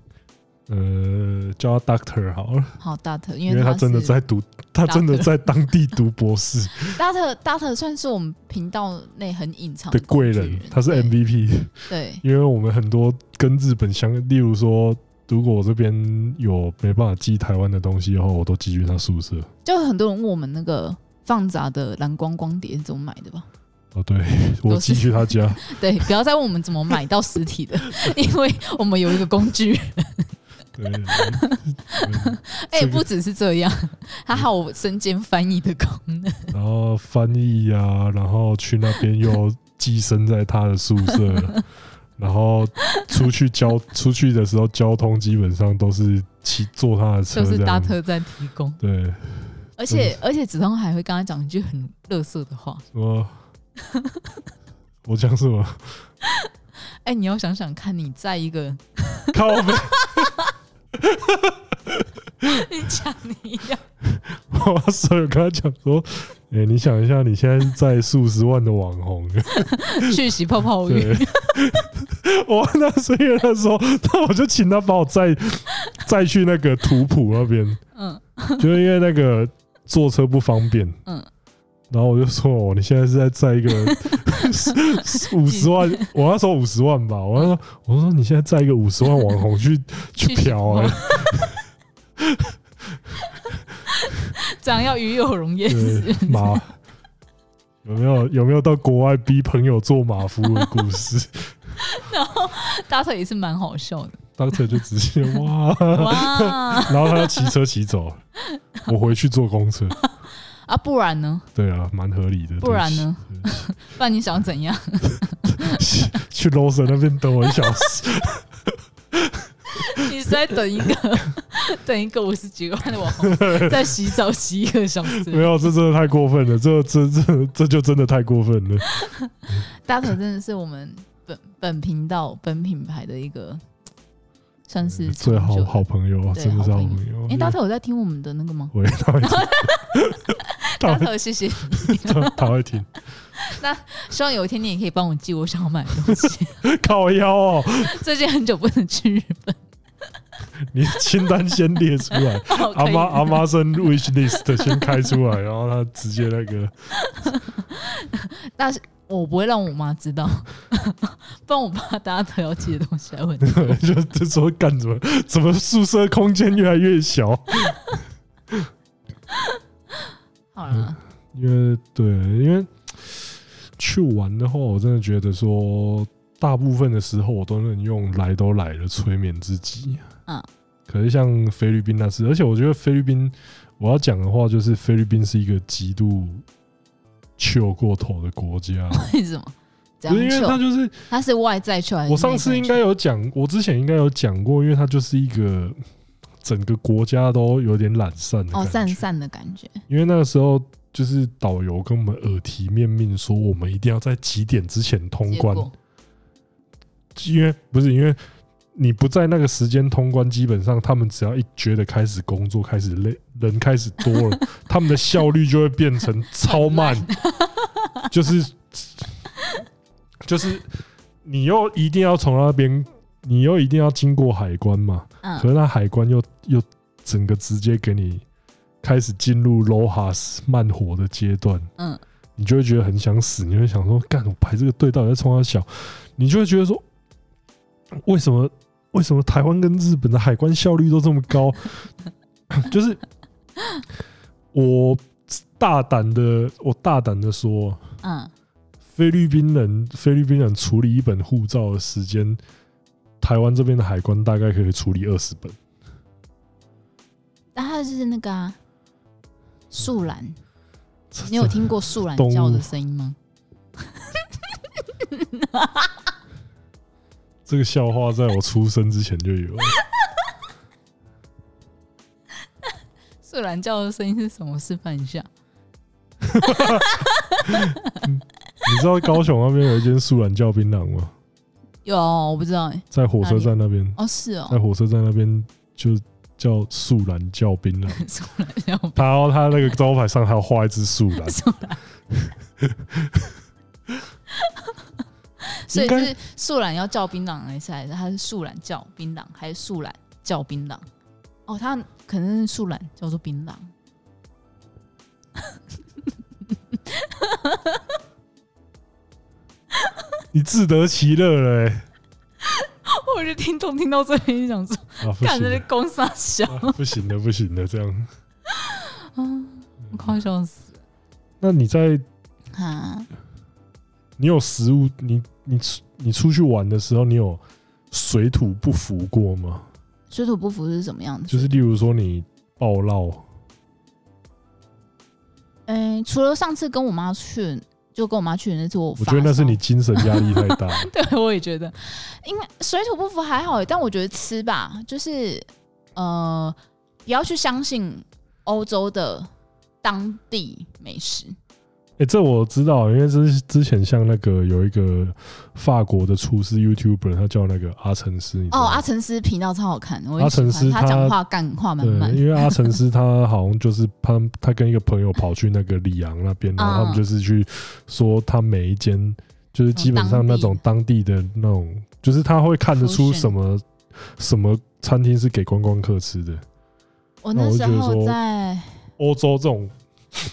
Speaker 1: 呃，叫他 Doctor 好了，
Speaker 2: 好大特，因
Speaker 1: 因为
Speaker 2: 为
Speaker 1: 他
Speaker 2: 是
Speaker 1: 真的在读，他真的
Speaker 2: Doctor
Speaker 1: 在当地读博士
Speaker 2: 大特大特算是我们频道内很隐藏
Speaker 1: 的
Speaker 2: 工
Speaker 1: 贵
Speaker 2: 具
Speaker 1: 人，他是
Speaker 2: 哦对
Speaker 1: MVP。
Speaker 2: 对，
Speaker 1: 因为我们很多跟日本相，例如说，如果我这边有没办法寄台湾的东西的话，我都寄去他宿舍。
Speaker 2: 就很多人问我们那个放杂的蓝光光碟是怎么买的吧？
Speaker 1: 哦，对，我寄去他家。
Speaker 2: 对，不要再问我们怎么买到实 体的，因为我们有一个工具。
Speaker 1: 对，嗯
Speaker 2: 哎、
Speaker 1: 这个
Speaker 2: 不只是这 样，它还有身兼翻译的功能。
Speaker 1: 然后翻译啊，然后去那边又寄生在他的宿舍， 然后出去交出去的时候，交通基本上都是骑坐他的车
Speaker 2: 就是
Speaker 1: 这
Speaker 2: 大
Speaker 1: 样。
Speaker 2: 特在提供，
Speaker 1: 对，
Speaker 2: 而且而且子通还会跟他讲一句很乐色的话，
Speaker 1: 我我讲什么？
Speaker 2: 哎、你要想想看，你在一个
Speaker 1: 靠背。
Speaker 2: 你讲你要
Speaker 1: 我所以我跟他讲说， 哎、你想一下，你现在是在数十万的网红，
Speaker 2: 去洗泡泡 浴，
Speaker 1: 对。我那所以那时候，那我就请他把我载载去那个图谱那边，
Speaker 2: 嗯
Speaker 1: 就是因为那个坐车不方便。
Speaker 2: 嗯，
Speaker 1: 然后我就说，哦，你现在是在载一 个五十万，我那时候五十万吧，我说，我说你现在载一个五十万网红去去
Speaker 2: 去洗
Speaker 1: 嫖、欸，
Speaker 2: 这样要鱼有容焉识。
Speaker 1: 对马有没有有没有到国外逼朋友做马夫的故事
Speaker 2: 然后大特也是蛮好笑的，
Speaker 1: ？Doctor 就直接哇，
Speaker 2: 哇
Speaker 1: 然后他要骑车骑走，我回去坐公车。
Speaker 2: 啊，不然呢？
Speaker 1: 对啊，蛮合理的。
Speaker 2: 不然呢
Speaker 1: 对不起？
Speaker 2: 不然你想怎样？
Speaker 1: 对不起 去 l o s o n 那边等我一小 时。
Speaker 2: 你是在等一个 等一个五十几万的网 红在洗澡洗一个小
Speaker 1: 没
Speaker 2: 时？
Speaker 1: 有，这真的太过分了，这这这这就真的太过分了。
Speaker 2: 大头真的是我们本本频道本品牌的一个算是
Speaker 1: 嗯最好
Speaker 2: 长久的
Speaker 1: 好。朋友，啊
Speaker 2: 对
Speaker 1: 真的是
Speaker 2: 好
Speaker 1: 好
Speaker 2: 朋友
Speaker 1: 朋友。
Speaker 2: 哎，大头有在听我们的 那个吗？
Speaker 1: 喂，他会听，
Speaker 2: 大
Speaker 1: 他会
Speaker 2: 头，谢谢你，
Speaker 1: 他他会听。
Speaker 2: 希望有一天你也可以帮我寄我想要买的 东西。
Speaker 1: 靠腰哦，
Speaker 2: 最近很久不能去日本，
Speaker 1: 你清单先列出来，
Speaker 2: 哦
Speaker 1: 阿
Speaker 2: 可以
Speaker 1: 妈阿妈生 wish list 先开出 来，然后他直接那个
Speaker 2: 但是我不会让我妈知 道，不然我怕大家都要寄的东西来问。
Speaker 1: 嗯就就说干什么？怎么宿舍空间越来越小？
Speaker 2: 好了，
Speaker 1: 因为对，因为去玩的话，我真的觉得说，大部分的时候我都能用“来都来了”催眠自己。
Speaker 2: 嗯，
Speaker 1: 可是像菲律宾那次，而且我觉得菲律宾，我要讲的话就是菲律宾是一个极度秀过头的国家，
Speaker 2: 为什么？怎
Speaker 1: 不是因
Speaker 2: 样
Speaker 1: 为它
Speaker 2: 秀？
Speaker 1: 就是
Speaker 2: 他是外在秀还是内在秀？
Speaker 1: 我上次应该有讲，我之前应该有讲过，因为它就是一个整个国家都有点懒散的感
Speaker 2: 哦，
Speaker 1: 觉
Speaker 2: 散散的感觉。
Speaker 1: 因为那个时候就是导游跟我们耳提面命说，我们一定要在几点之前通
Speaker 2: 结
Speaker 1: 关，
Speaker 2: 果
Speaker 1: 因为不是因为你不在那个时间通关，基本上他们只要一觉得开始工作开始累，人开始多了，他们的效率就会变成超慢，就是就是你又一定要从那边，你又一定要经过海关嘛，可
Speaker 2: 嗯，
Speaker 1: 是那海关又又整个直接给你开始进入 Lohas 慢火的阶段，
Speaker 2: 嗯，
Speaker 1: 你就会觉得很想死，你会想说，干我排这个队到底在冲他小，你就会觉得说，为什么为什么台湾跟日本的海关效率都这么高？ 就是我大胆的，我大胆的说，
Speaker 2: 嗯，
Speaker 1: 菲律宾人菲律宾人处理一本护照的时间，台湾这边的海关大概可以处理二十本。
Speaker 2: 然后就是那个啊，树懒，
Speaker 1: 这
Speaker 2: 你有听过树懒
Speaker 1: 动物
Speaker 2: 叫的声音吗？
Speaker 1: 这个笑话在我出生之前就有了，
Speaker 2: 树懒叫的声音是什么？示范一下。
Speaker 1: 你知道高雄那边有一间素兰叫槟榔吗？
Speaker 2: 有，我不知道哎、
Speaker 1: 在火车站那边，
Speaker 2: 哦，是哦，
Speaker 1: 在火车站那边就叫素兰叫槟榔。
Speaker 2: 树懒叫
Speaker 1: 他哦，他那个招牌上还有画一只素 兰，
Speaker 2: 树懒。所以
Speaker 1: 应该
Speaker 2: 是树懒要叫槟榔还是还是它是树懒叫槟榔还是树懒叫槟榔？哦，它可能是树懒叫做槟榔。
Speaker 1: 你自得其乐了欸
Speaker 2: 我就听懂听到这边想 说，
Speaker 1: 啊！不
Speaker 2: 看
Speaker 1: 行
Speaker 2: 着
Speaker 1: 了
Speaker 2: 这公傻笑，
Speaker 1: 啊，不行了，不行了，这 样。
Speaker 2: 啊我快笑死
Speaker 1: 那你在
Speaker 2: 了啊！
Speaker 1: 你有食物，你你出你出去玩的时候，你有水土不服过吗？
Speaker 2: 水土不服是什么样的？
Speaker 1: 就是例如说你暴涝，
Speaker 2: 嗯、除了上次跟我妈去，就跟我妈去的那次我，
Speaker 1: 我觉得那是 你。精神压力太大了。
Speaker 2: 对，我也觉得，因为水土不服还好，但我觉得吃吧，就是呃，不要去相信欧洲的当地美食。
Speaker 1: 哎、这我知道，因为之之前像那个有一个法国的厨师 YouTuber，他叫那个阿成师，你知道
Speaker 2: 哦，
Speaker 1: 吗
Speaker 2: 阿成斯频道超好看，我
Speaker 1: 阿
Speaker 2: 很喜
Speaker 1: 成斯
Speaker 2: 欢他
Speaker 1: 他
Speaker 2: 讲话干话满满
Speaker 1: 对，。因为阿成师他好像就是他他跟一个朋友跑去那个里昂那边，然后他们
Speaker 2: 嗯
Speaker 1: 就是去说他每一间就是基本上那种当地的那种，就是他会看得出
Speaker 2: Fusion
Speaker 1: 什么什么餐厅是给观光客吃的。
Speaker 2: 我
Speaker 1: 那
Speaker 2: 那
Speaker 1: 我就
Speaker 2: 时
Speaker 1: 觉得说
Speaker 2: 候在
Speaker 1: 欧洲这种，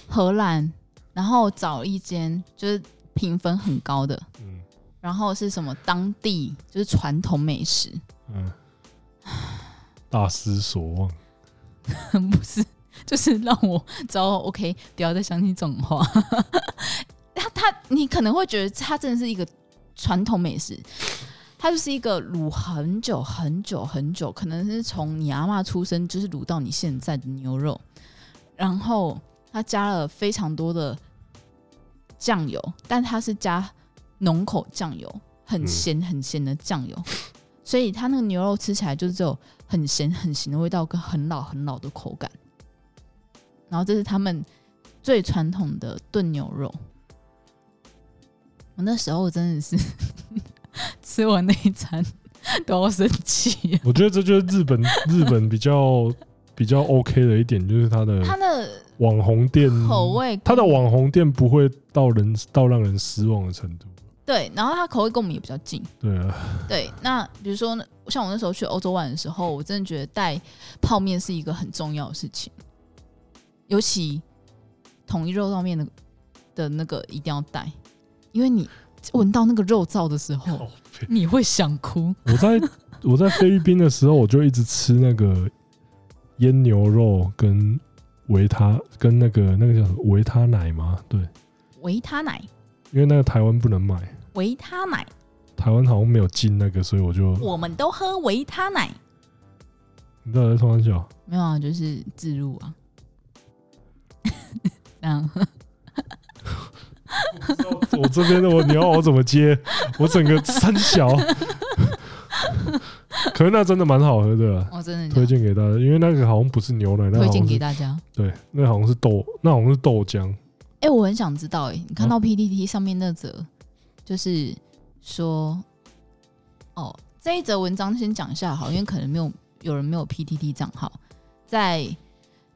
Speaker 2: 荷兰，然后找一间就是评分很高的，
Speaker 1: 嗯
Speaker 2: 然后是什么当地就是传统美食，
Speaker 1: 嗯，大失所望。
Speaker 2: 不是，就是让我知道 OK，不要再相信这种话。 他他，你可能会觉得它真的是一个传统美食，它就是一个卤很久很久很久，可能是从你阿嬷出生就是卤到你现在的牛肉，然后它加了非常多的酱油，但它是加浓口酱油，很
Speaker 1: 嗯
Speaker 2: 咸很咸的酱油，所以它那个牛肉吃起来就只有很咸很咸的味道跟很老很老的口感。然后这是他们最传统的炖牛肉。我那时候真的是吃完那一餐 都要生气、
Speaker 1: 我觉得这就是日本日本比较比较 OK 的一点，就是它的
Speaker 2: 它的
Speaker 1: 网红店，
Speaker 2: 口味跟
Speaker 1: 它的网红店不会到人到让人失望的程度。
Speaker 2: 对，然后它口味跟我们也比较近。
Speaker 1: 对啊，
Speaker 2: 对，那比如说呢，像我那时候去欧洲玩的时候，我真的觉得带泡面是一个很重要的事情，尤其统一肉燥面的的那个一定要带，因为你闻到那个肉燥的时
Speaker 1: 靠
Speaker 2: 候，
Speaker 1: 北
Speaker 2: 你会想哭。
Speaker 1: 我在我在菲律宾的时候，我就一直吃那个腌牛肉跟维他跟那个那个叫什么维他奶嘛，对，
Speaker 2: 维他奶，
Speaker 1: 因为那个台湾不能买，
Speaker 2: 维他奶，
Speaker 1: 台湾好像没有进那个，所以我就
Speaker 2: 我们都喝维他奶。
Speaker 1: 你到底在开玩笑？
Speaker 2: 没有啊，就是自入啊， 这样。
Speaker 1: 我这边的我你要我怎么接？我整个三小，可是那真的蛮好喝的啦，
Speaker 2: 我、哦真的
Speaker 1: 推
Speaker 2: 假
Speaker 1: 荐给大家，因为那个好像不是牛奶，
Speaker 2: 的
Speaker 1: 那
Speaker 2: 推
Speaker 1: 好
Speaker 2: 荐
Speaker 1: 像
Speaker 2: 给
Speaker 1: 是
Speaker 2: 大家。
Speaker 1: 对，那好像是豆，那好像是豆浆。
Speaker 2: 哎、我很想知道、哎，你看到 PPT 上面那则，就是说，哦，这一则文章先讲一下好，因为可能没有有人没有 PTT 账号，在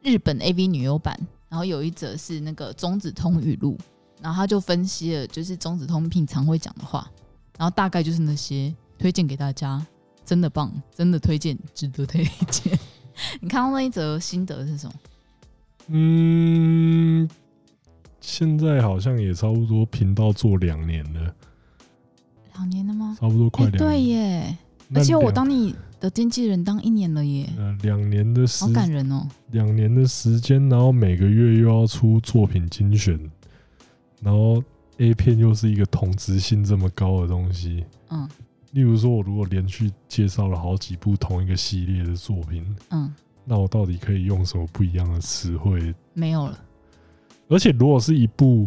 Speaker 2: 日本 AV 女优版，然后有一则是那个中子通语录，然后他就分析了就是中子通平常会讲的话，然后大概就是那些推荐给大家，真的棒，真的推荐，值得推荐。 你看到那一则心得是什么？
Speaker 1: 嗯，现在好像也差不多频道做两年了，
Speaker 2: 两年了吗？
Speaker 1: 差不多快
Speaker 2: 哎
Speaker 1: 两年。
Speaker 2: 对耶，
Speaker 1: 那
Speaker 2: 而且我
Speaker 1: 两
Speaker 2: 当你的经纪人当一年了耶，
Speaker 1: 呃两年的时
Speaker 2: 好感人哦。
Speaker 1: 两年的时间，然后每个月又要出作品精选，然后 A 片又是一个同质性这么高的东西。
Speaker 2: 嗯
Speaker 1: 例如说，我如果连续介绍了好几部同一个系列的作品，
Speaker 2: 嗯，
Speaker 1: 那我到底可以用什么不一样的词汇？
Speaker 2: 没有了。
Speaker 1: 而且，如果是一部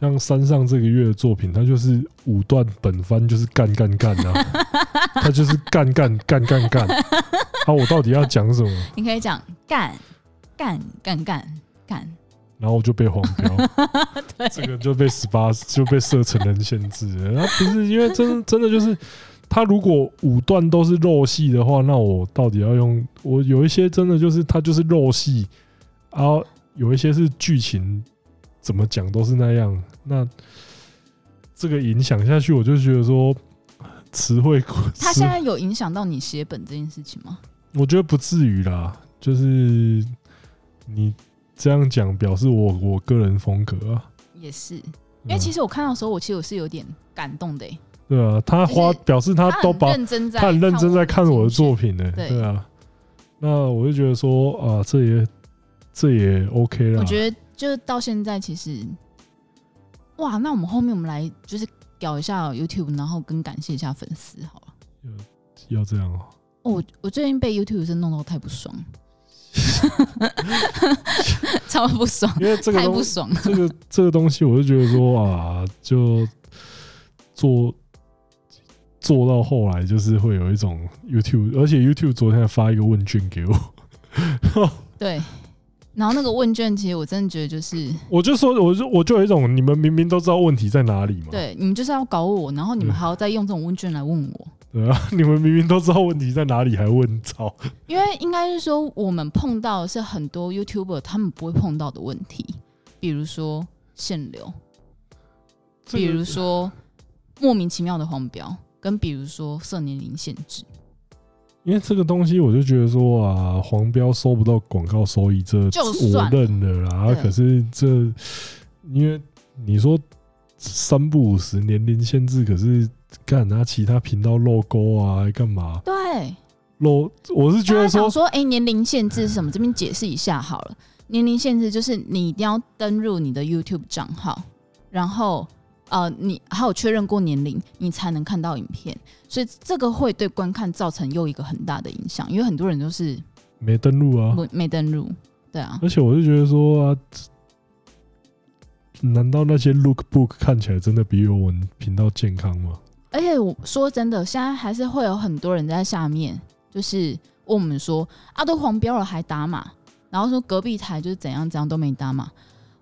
Speaker 1: 像山上这个月的作品，它就是五段本番，就是干干干啊，它就是干干干干干。啊，我到底要讲什么？
Speaker 2: 你可以讲干干干干干，
Speaker 1: 然后我就被黄标。
Speaker 2: 对，
Speaker 1: 这个就被十八就被设成人限制了。那不是因为真真的就是，他如果五段都是肉戏的话，那我到底要用？我有一些真的就是它就是肉戏，然后有一些是剧情怎么讲都是那样。那这个影响下去，我就觉得说词汇
Speaker 2: 他
Speaker 1: 词
Speaker 2: 现在有影响到你写本这件事情吗？
Speaker 1: 我觉得不至于啦，就是你这样讲表示我我个人风格啊。
Speaker 2: 也是，因为
Speaker 1: 嗯
Speaker 2: 其实我看到的时候，我其实我是有点感动的耶。
Speaker 1: 对啊，他花
Speaker 2: 就是
Speaker 1: 表示他都
Speaker 2: 很
Speaker 1: 把
Speaker 2: 认真在，
Speaker 1: 他很认真在看我的作
Speaker 2: 品。
Speaker 1: 品呢、
Speaker 2: 对
Speaker 1: 对啊。那我就觉得说啊，这也这也 OK 啦。
Speaker 2: 我觉得就是到现在，其实哇，那我们后面我们来就是搞一下 YouTube，然后跟感谢一下粉丝好了。
Speaker 1: 要这样哦、
Speaker 2: 哦我我最近被 YouTube 真弄到太不爽， 超不爽，
Speaker 1: 因为这个
Speaker 2: 太
Speaker 1: 东
Speaker 2: 不爽。
Speaker 1: 这个这个东西，我就觉得说啊，就做做到后来，就是会有一种 YouTube，而且 YouTube 昨天还发一个问卷给我，
Speaker 2: 对，然后那个问卷，其实我真的觉得就是，
Speaker 1: 我就说，我就我就有一种你们明明都知道问题在哪里嘛，
Speaker 2: 对你们就是要搞我，然后你们
Speaker 1: 对
Speaker 2: 还要再用这种问卷来问我，
Speaker 1: 对啊， 你们明明都知道问题在哪里，还问操。
Speaker 2: 因为应该是说我们碰到的是很多 YouTuber 他们不会碰到的问题，比如说限流，
Speaker 1: 这
Speaker 2: 比
Speaker 1: 个
Speaker 2: 如说莫名其妙的黄标，跟比如说设年龄限制。
Speaker 1: 因为这个东西，我就觉得说啊，黄标收不到广告收益，这
Speaker 2: 就
Speaker 1: 我
Speaker 2: 算了
Speaker 1: 认了啦。啊
Speaker 2: 对
Speaker 1: 可是这，因为你说三不五十年龄限制，可是干拿其他频道漏钩啊，干嘛
Speaker 2: 对，
Speaker 1: 漏？我是觉
Speaker 2: 大家
Speaker 1: 得
Speaker 2: 想
Speaker 1: 说，
Speaker 2: 说，哎、年龄限制是什么？这边解释一下好了。年龄限制就是你一定要登入你的 YouTube 账号，然后呃，你还有确认过年龄，你才能看到影片。所以这个会对观看造成又一个很大的影响，因为很多人都是
Speaker 1: 没登录啊，
Speaker 2: 没没登入。对啊，
Speaker 1: 而且我就觉得说啊，难道那些 lookbook 看起来真的比我们频道健康吗？
Speaker 2: 而且我说真的，现在还是会有很多人在下面，就是问我们说啊，都黄标了还打码，然后说隔壁台就是怎样怎样都没打码。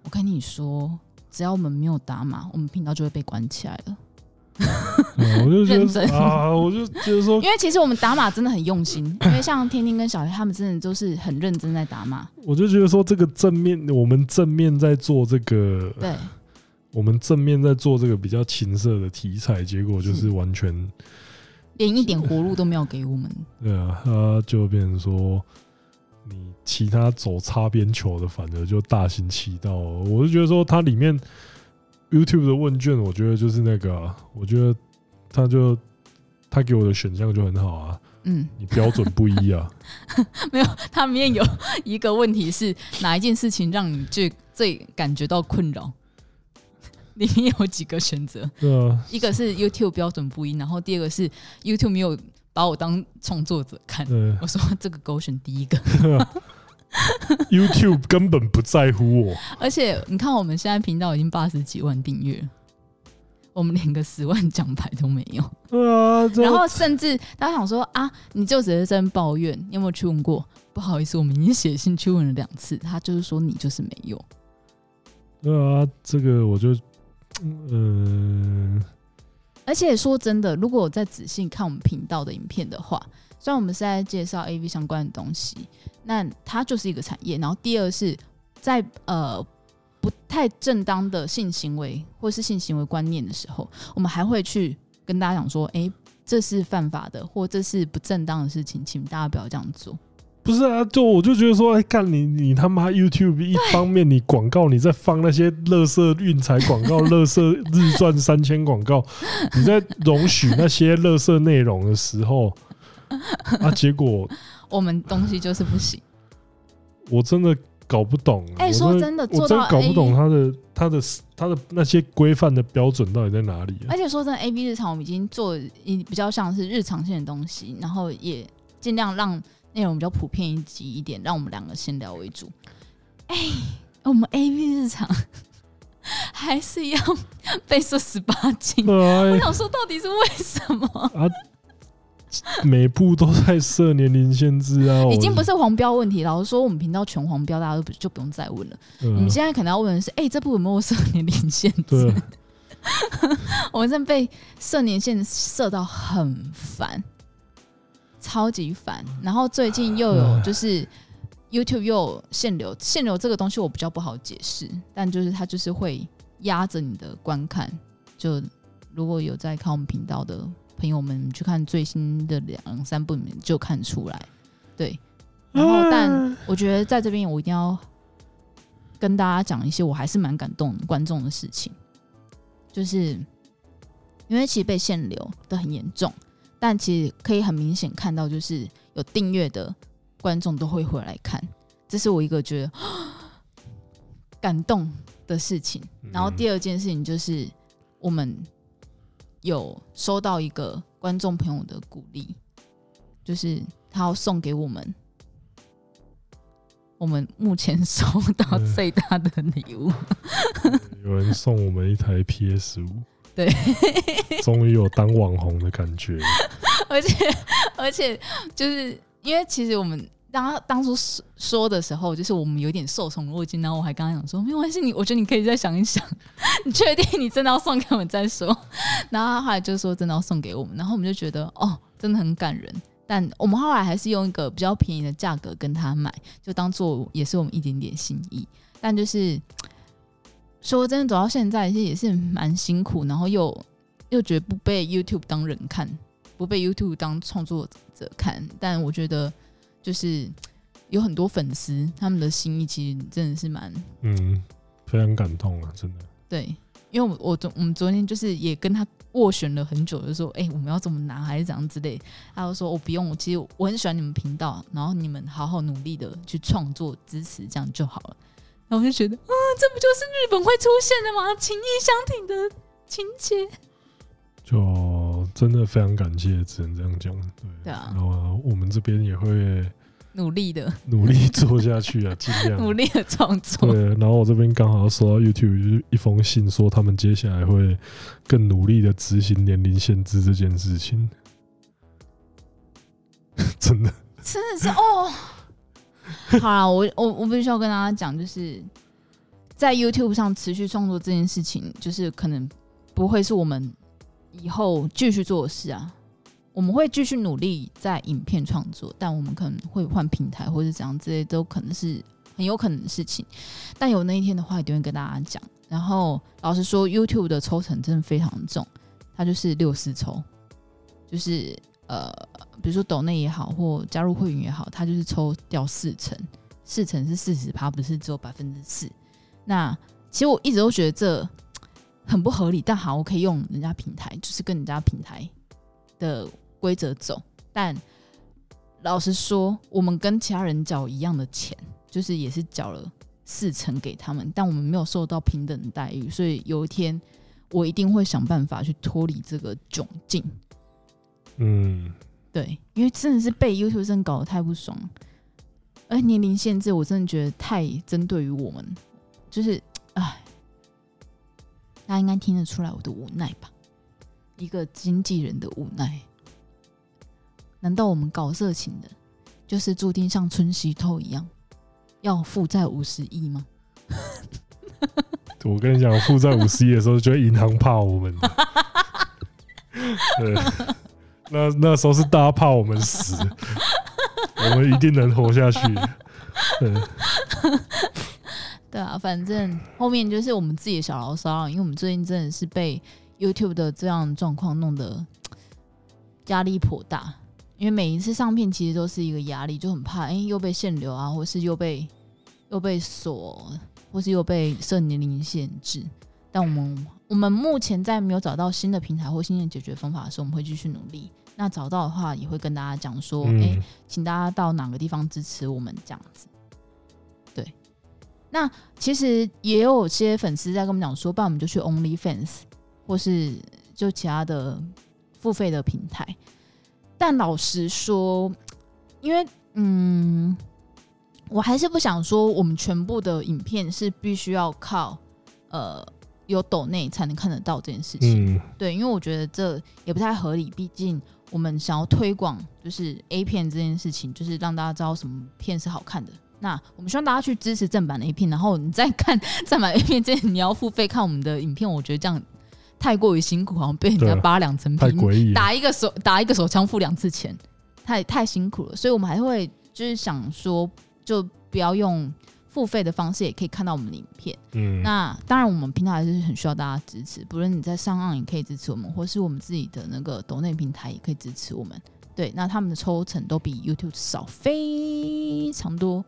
Speaker 2: 我跟你说，只要我们没有打码，我们频道就会被关起来了。
Speaker 1: 嗯我就觉
Speaker 2: 认
Speaker 1: 得
Speaker 2: 真
Speaker 1: 啊，我就觉得说
Speaker 2: 因，为其实我们打码真的很用心，因为像天天跟小黑他们真的都是很认真在打码，
Speaker 1: 我就觉得说，这个正面，我们正面在做这个，
Speaker 2: 对，
Speaker 1: 我们正面在做这个比较情色的题材，结果就是
Speaker 2: 是
Speaker 1: 完全
Speaker 2: 连一点活路都没有给我们。
Speaker 1: 对啊，他就变成说，你其他走擦边球的，反而就大行其道哦。我是觉得说，它里面 YouTube 的问卷，我觉得就是那个啊、我觉得他就他给我的选项就很好啊，
Speaker 2: 嗯，
Speaker 1: 你标准不一啊，
Speaker 2: 它里面有一个问题是哪一件事情让你最最感觉到困扰？ 里面有几个选择，
Speaker 1: 对啊，
Speaker 2: 一个是 YouTube 标准不一，然后第二个是 YouTube 没有把我当创作者看。
Speaker 1: 对
Speaker 2: 我说这个勾选第一个，
Speaker 1: ，YouTube 根本不在乎我，
Speaker 2: 而且你看我们现在频道已经八十几万订阅了，我们连个十万奖牌都没有。
Speaker 1: 对啊，这
Speaker 2: 然后甚至大家想说啊，你就只是在抱怨，你有没有去问过？不好意思，我们已经写信去问了两次，他就是说你就是没有。
Speaker 1: 对啊，这个我就嗯、
Speaker 2: 而且说真的，如果我再仔细看我们频道的影片的话，虽然我们是在介绍 AV 相关的东西，那它就是一个产业。然后第二是在呃不太正当的性行为或是性行为观念的时候，我们还会去跟大家讲说，诶，这是犯法的，或这是不正当的事情，请大家不要这样做。
Speaker 1: 不是啊，就我就觉得说，哎，干你你他妈 YouTube 一方面你广告你在放那些乐色运财广告、乐色日赚三千广告，你在容许那些乐色内容的时 候，啊，结果
Speaker 2: 我们东西就是不行。
Speaker 1: 我真的搞不懂、啊。
Speaker 2: 哎
Speaker 1: 我
Speaker 2: 说
Speaker 1: 真
Speaker 2: 真的
Speaker 1: 我
Speaker 2: 做
Speaker 1: 真
Speaker 2: 到哎
Speaker 1: 搞不懂
Speaker 2: A
Speaker 1: 他的他的他的那些规范的标准到底在哪里、啊
Speaker 2: 而。且说真的，A B 日常我们已经做一比较像是日常性的东西，然后也尽量让内容比较普遍一及一点，让我们两个先聊为主。哎、我们 A B 日常还是要被说十八禁。
Speaker 1: 对啊
Speaker 2: 我
Speaker 1: 哎
Speaker 2: 想说，到底是为什么？
Speaker 1: 啊，每部都在设年龄限制啊，
Speaker 2: 已经不
Speaker 1: 是、
Speaker 2: 是黄标问题了。我说我们频道全黄标，大家都不就不用再问了。
Speaker 1: 嗯
Speaker 2: 你们现在可能要问的是，哎、这部有没有设年龄限制？
Speaker 1: 对。啊
Speaker 2: 我真的被射年限射到很烦，超级烦。然后最近又有就是 YouTube 又有限流，限流这个东西我比较不好解释，但就是它就是会压着你的观看。就如果有在看我们频道的朋友们，你们去看最新的两三部，你们就看出来。对，然后但我觉得在这边我一定要跟大家讲一些我还是蛮感动观众的事情，就是因为其实被限流的很严重，但其实可以很明显看到，就是有订阅的观众都会回来看，这是我一个觉得 感动的事情。
Speaker 1: 嗯
Speaker 2: 然后第二件事情就是我们有收到一个观众朋友的鼓励，就是他要送给我们我们目前收到
Speaker 1: 嗯
Speaker 2: 最大的礼物。
Speaker 1: 有人送我们一台 PS 五，
Speaker 2: 对，
Speaker 1: 终于有当网红的感觉。
Speaker 2: 而且而且就是因为其实我们当他当初说说的时候，就是我们有点受宠若惊，然后我还跟他讲说没关系，你我觉得你可以再想一想， 你确定你真的要送给我们再说。 然后他后来就说真的要送给我们，然后我们就觉得哦，真的很感人。但我们后来还是用一个比较便宜的价格跟他买，就当做也是我们一点点心意。但就是说真的，走到现在其实也是蛮辛苦，然后又又觉得不被 YouTube 当人看，不被 YouTube 当创作者看，但我觉得就是有很多粉丝他们的心意其实真的是蛮
Speaker 1: 嗯，非常感动啊，真的。
Speaker 2: 对，因为我我昨我们昨天就是也跟他斡旋了很久，就说哎、诶我们要怎么拿还是怎样之类，他就说我、哦不用，我其实我很喜欢你们频道，然后你们好好努力的去创作支持，这样就好了。然后我就觉得，啊、这不就是日本会出现的吗？情义相挺的情节。
Speaker 1: 就真的非常感谢，只能这样讲。对，
Speaker 2: 对啊
Speaker 1: 然后我们这边也会
Speaker 2: 努力的，
Speaker 1: 努力做下去 啊，尽量
Speaker 2: 努。力的创作，
Speaker 1: 对，然后我这边刚好收到 YouTube 就是一封信，说他们接下来会更努力的执行年龄限制这件事情。 真的，
Speaker 2: 真的是哦。 好啦，我我我必须要跟大家讲，就是在 YouTube 上持续创作这件事情，就是可能不会是我们以后继续做的事啊。我们会继续努力在影片创作，但我们可能会换平台或者怎样之类，都可能是很有可能的事情。但有那一天的话，一定会跟大家讲。然后老实说，YouTube 的抽成真的非常重，它就是六四抽，就是呃，比如说抖内也好，或加入会员也好，它就是抽掉四成，四成是四十趴，不是只有百分之四。那其实我一直都觉得这很不合理，但好，我可以用人家平台，就是跟人家平台的规则走。但老实说，我们跟其他人缴一样的钱，就是也是缴了四成给他们，但我们没有受到平等的待遇，所以有一天我一定会想办法去脱离这个窘境。
Speaker 1: 嗯，
Speaker 2: 对，因为真的是被 YouTube 生搞得太不爽了，而年龄限制我真的觉得太针对于我们，就是唉，大家应该听得出来我的无奈吧？一个经纪人的无奈，难道我们搞色情的，就是注定像春熙透一样要负债五十亿吗？
Speaker 1: 我跟你讲，我负债五十亿的时候，觉得银行怕我 们。对，那那时候是大家怕我们死，我们一定能活下去。对，
Speaker 2: 对啊，反正后面就是我们自己的小牢骚，因为我们最近真的是被 YouTube 的这样的状况弄得压力颇大，因为每一次上片其实都是一个压力，就很怕哎、诶又被限流啊，或是又被又被锁，或是又被设年龄限制。但我们我们目前在没有找到新的平台或新的解决方法的时候，我们会继续努力。那找到的话，也会跟大家讲说，哎、
Speaker 1: 嗯，
Speaker 2: 请大家到哪个地方支持我们这样子。对，那其实也有些粉丝在跟我们讲说，不然我们就去 OnlyFans 或是就其他的付费的平台。但老实说，因为嗯，我还是不想说我们全部的影片是必须要靠呃有抖内才能看得到这件事情。
Speaker 1: 嗯，
Speaker 2: 对，因为我觉得这也不太合理，毕竟我们想要推广就是 A 片这件事情，就是让大家知道什么片是好看的。那我们希望大家去支持正版的 A 片，然后你再看 正版 A 片之前，你要付费看我们的影片，我觉得这样太过于辛苦，好像被人家
Speaker 1: 对啊
Speaker 2: 扒两层
Speaker 1: 太
Speaker 2: 皮，
Speaker 1: 诡异了。
Speaker 2: 打一个手打一个手枪付两次钱，太太辛苦了，所以我们还会就是想说，就不要用付费的方式也可以看到我们的影片。
Speaker 1: 嗯，
Speaker 2: 那当然，我们平台还是很需要大家支持，不论你在上岸也可以支持我们，或是我们自己的那个抖内平台也可以支持我们。对，那他们的抽成都比 YouTube 少非常多。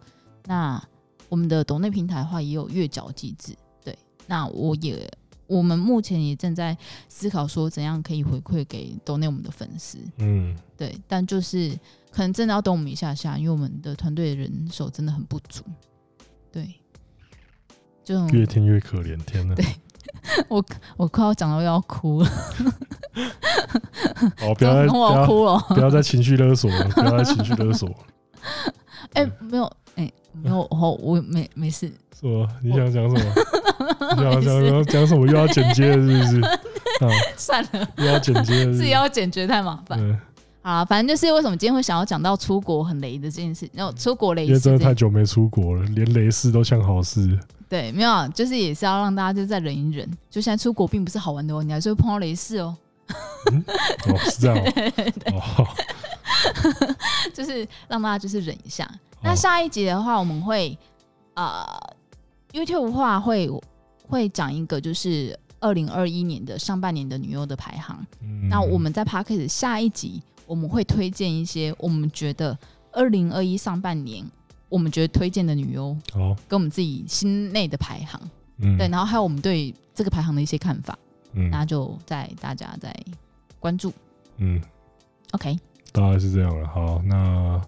Speaker 2: 那我们的抖内平台的话，也有月缴机制。对，那我也我们目前也正在思考说，怎样可以回馈给抖内我们的粉丝。
Speaker 1: 嗯，
Speaker 2: 对，但就是可能真的要等我们一下下，因为我们的团队人手真的很不足。对，这种
Speaker 1: 越听越可怜，天哪！
Speaker 2: 我快要讲到要哭了，
Speaker 1: 好，不
Speaker 2: 真
Speaker 1: 要再
Speaker 2: 的
Speaker 1: 不
Speaker 2: 我要
Speaker 1: 要
Speaker 2: 哭 了。
Speaker 1: 不要再情绪勒索了，不要再情绪勒索了，
Speaker 2: 哎、没有，哎、没有，我我没没事，
Speaker 1: 是吧？你想讲什么？你
Speaker 2: 没
Speaker 1: 想讲什
Speaker 2: 事，
Speaker 1: 么？讲什么？又要剪接了，是不是？啊，
Speaker 2: 算了，
Speaker 1: 又要剪接了，
Speaker 2: 自己要解决太麻烦。
Speaker 1: 嗯，
Speaker 2: 好啦，反正就是为什么今天会想要讲到出国很雷的这件事，然后出国雷
Speaker 1: 嗯因为
Speaker 2: 事
Speaker 1: 真
Speaker 2: 这
Speaker 1: 的太
Speaker 2: 件，
Speaker 1: 久没出国了，连雷事都像好事。
Speaker 2: 对，没有啊，就是也是要让大家就再忍一忍。就现在出国并不是好玩的哦，你还是会碰到雷事哦。
Speaker 1: 哦，是这样哦。哦，好
Speaker 2: 就是让大家就是忍一下。那下一集的话，我们会呃 YouTube 的话会会讲一个就是二零二一年的上半年的女优的排行。
Speaker 1: 嗯
Speaker 2: 那我们在 p a c k a g e 下一集，我们会推荐一些我们觉得二零二一上半年我们觉得推荐的女优
Speaker 1: 好，
Speaker 2: 跟我们自己心内的排行，
Speaker 1: 嗯，
Speaker 2: 对，然后还有我们对这个排行的一些看法，
Speaker 1: 嗯
Speaker 2: 那就在大家再关注。
Speaker 1: 嗯，
Speaker 2: OK，
Speaker 1: 大概是这样了。好，那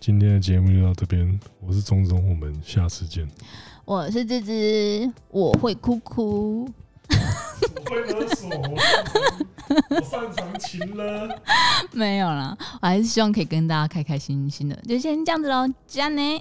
Speaker 1: 今天的节目就到这边，我是钟钟，我们下次见。
Speaker 2: 我是芝芝，我会哭 哭。
Speaker 1: 我会勒索，我擅长情勒。
Speaker 2: 没有啦，我还是希望可以跟大家开开心心的，就先这样子喽，这样呢，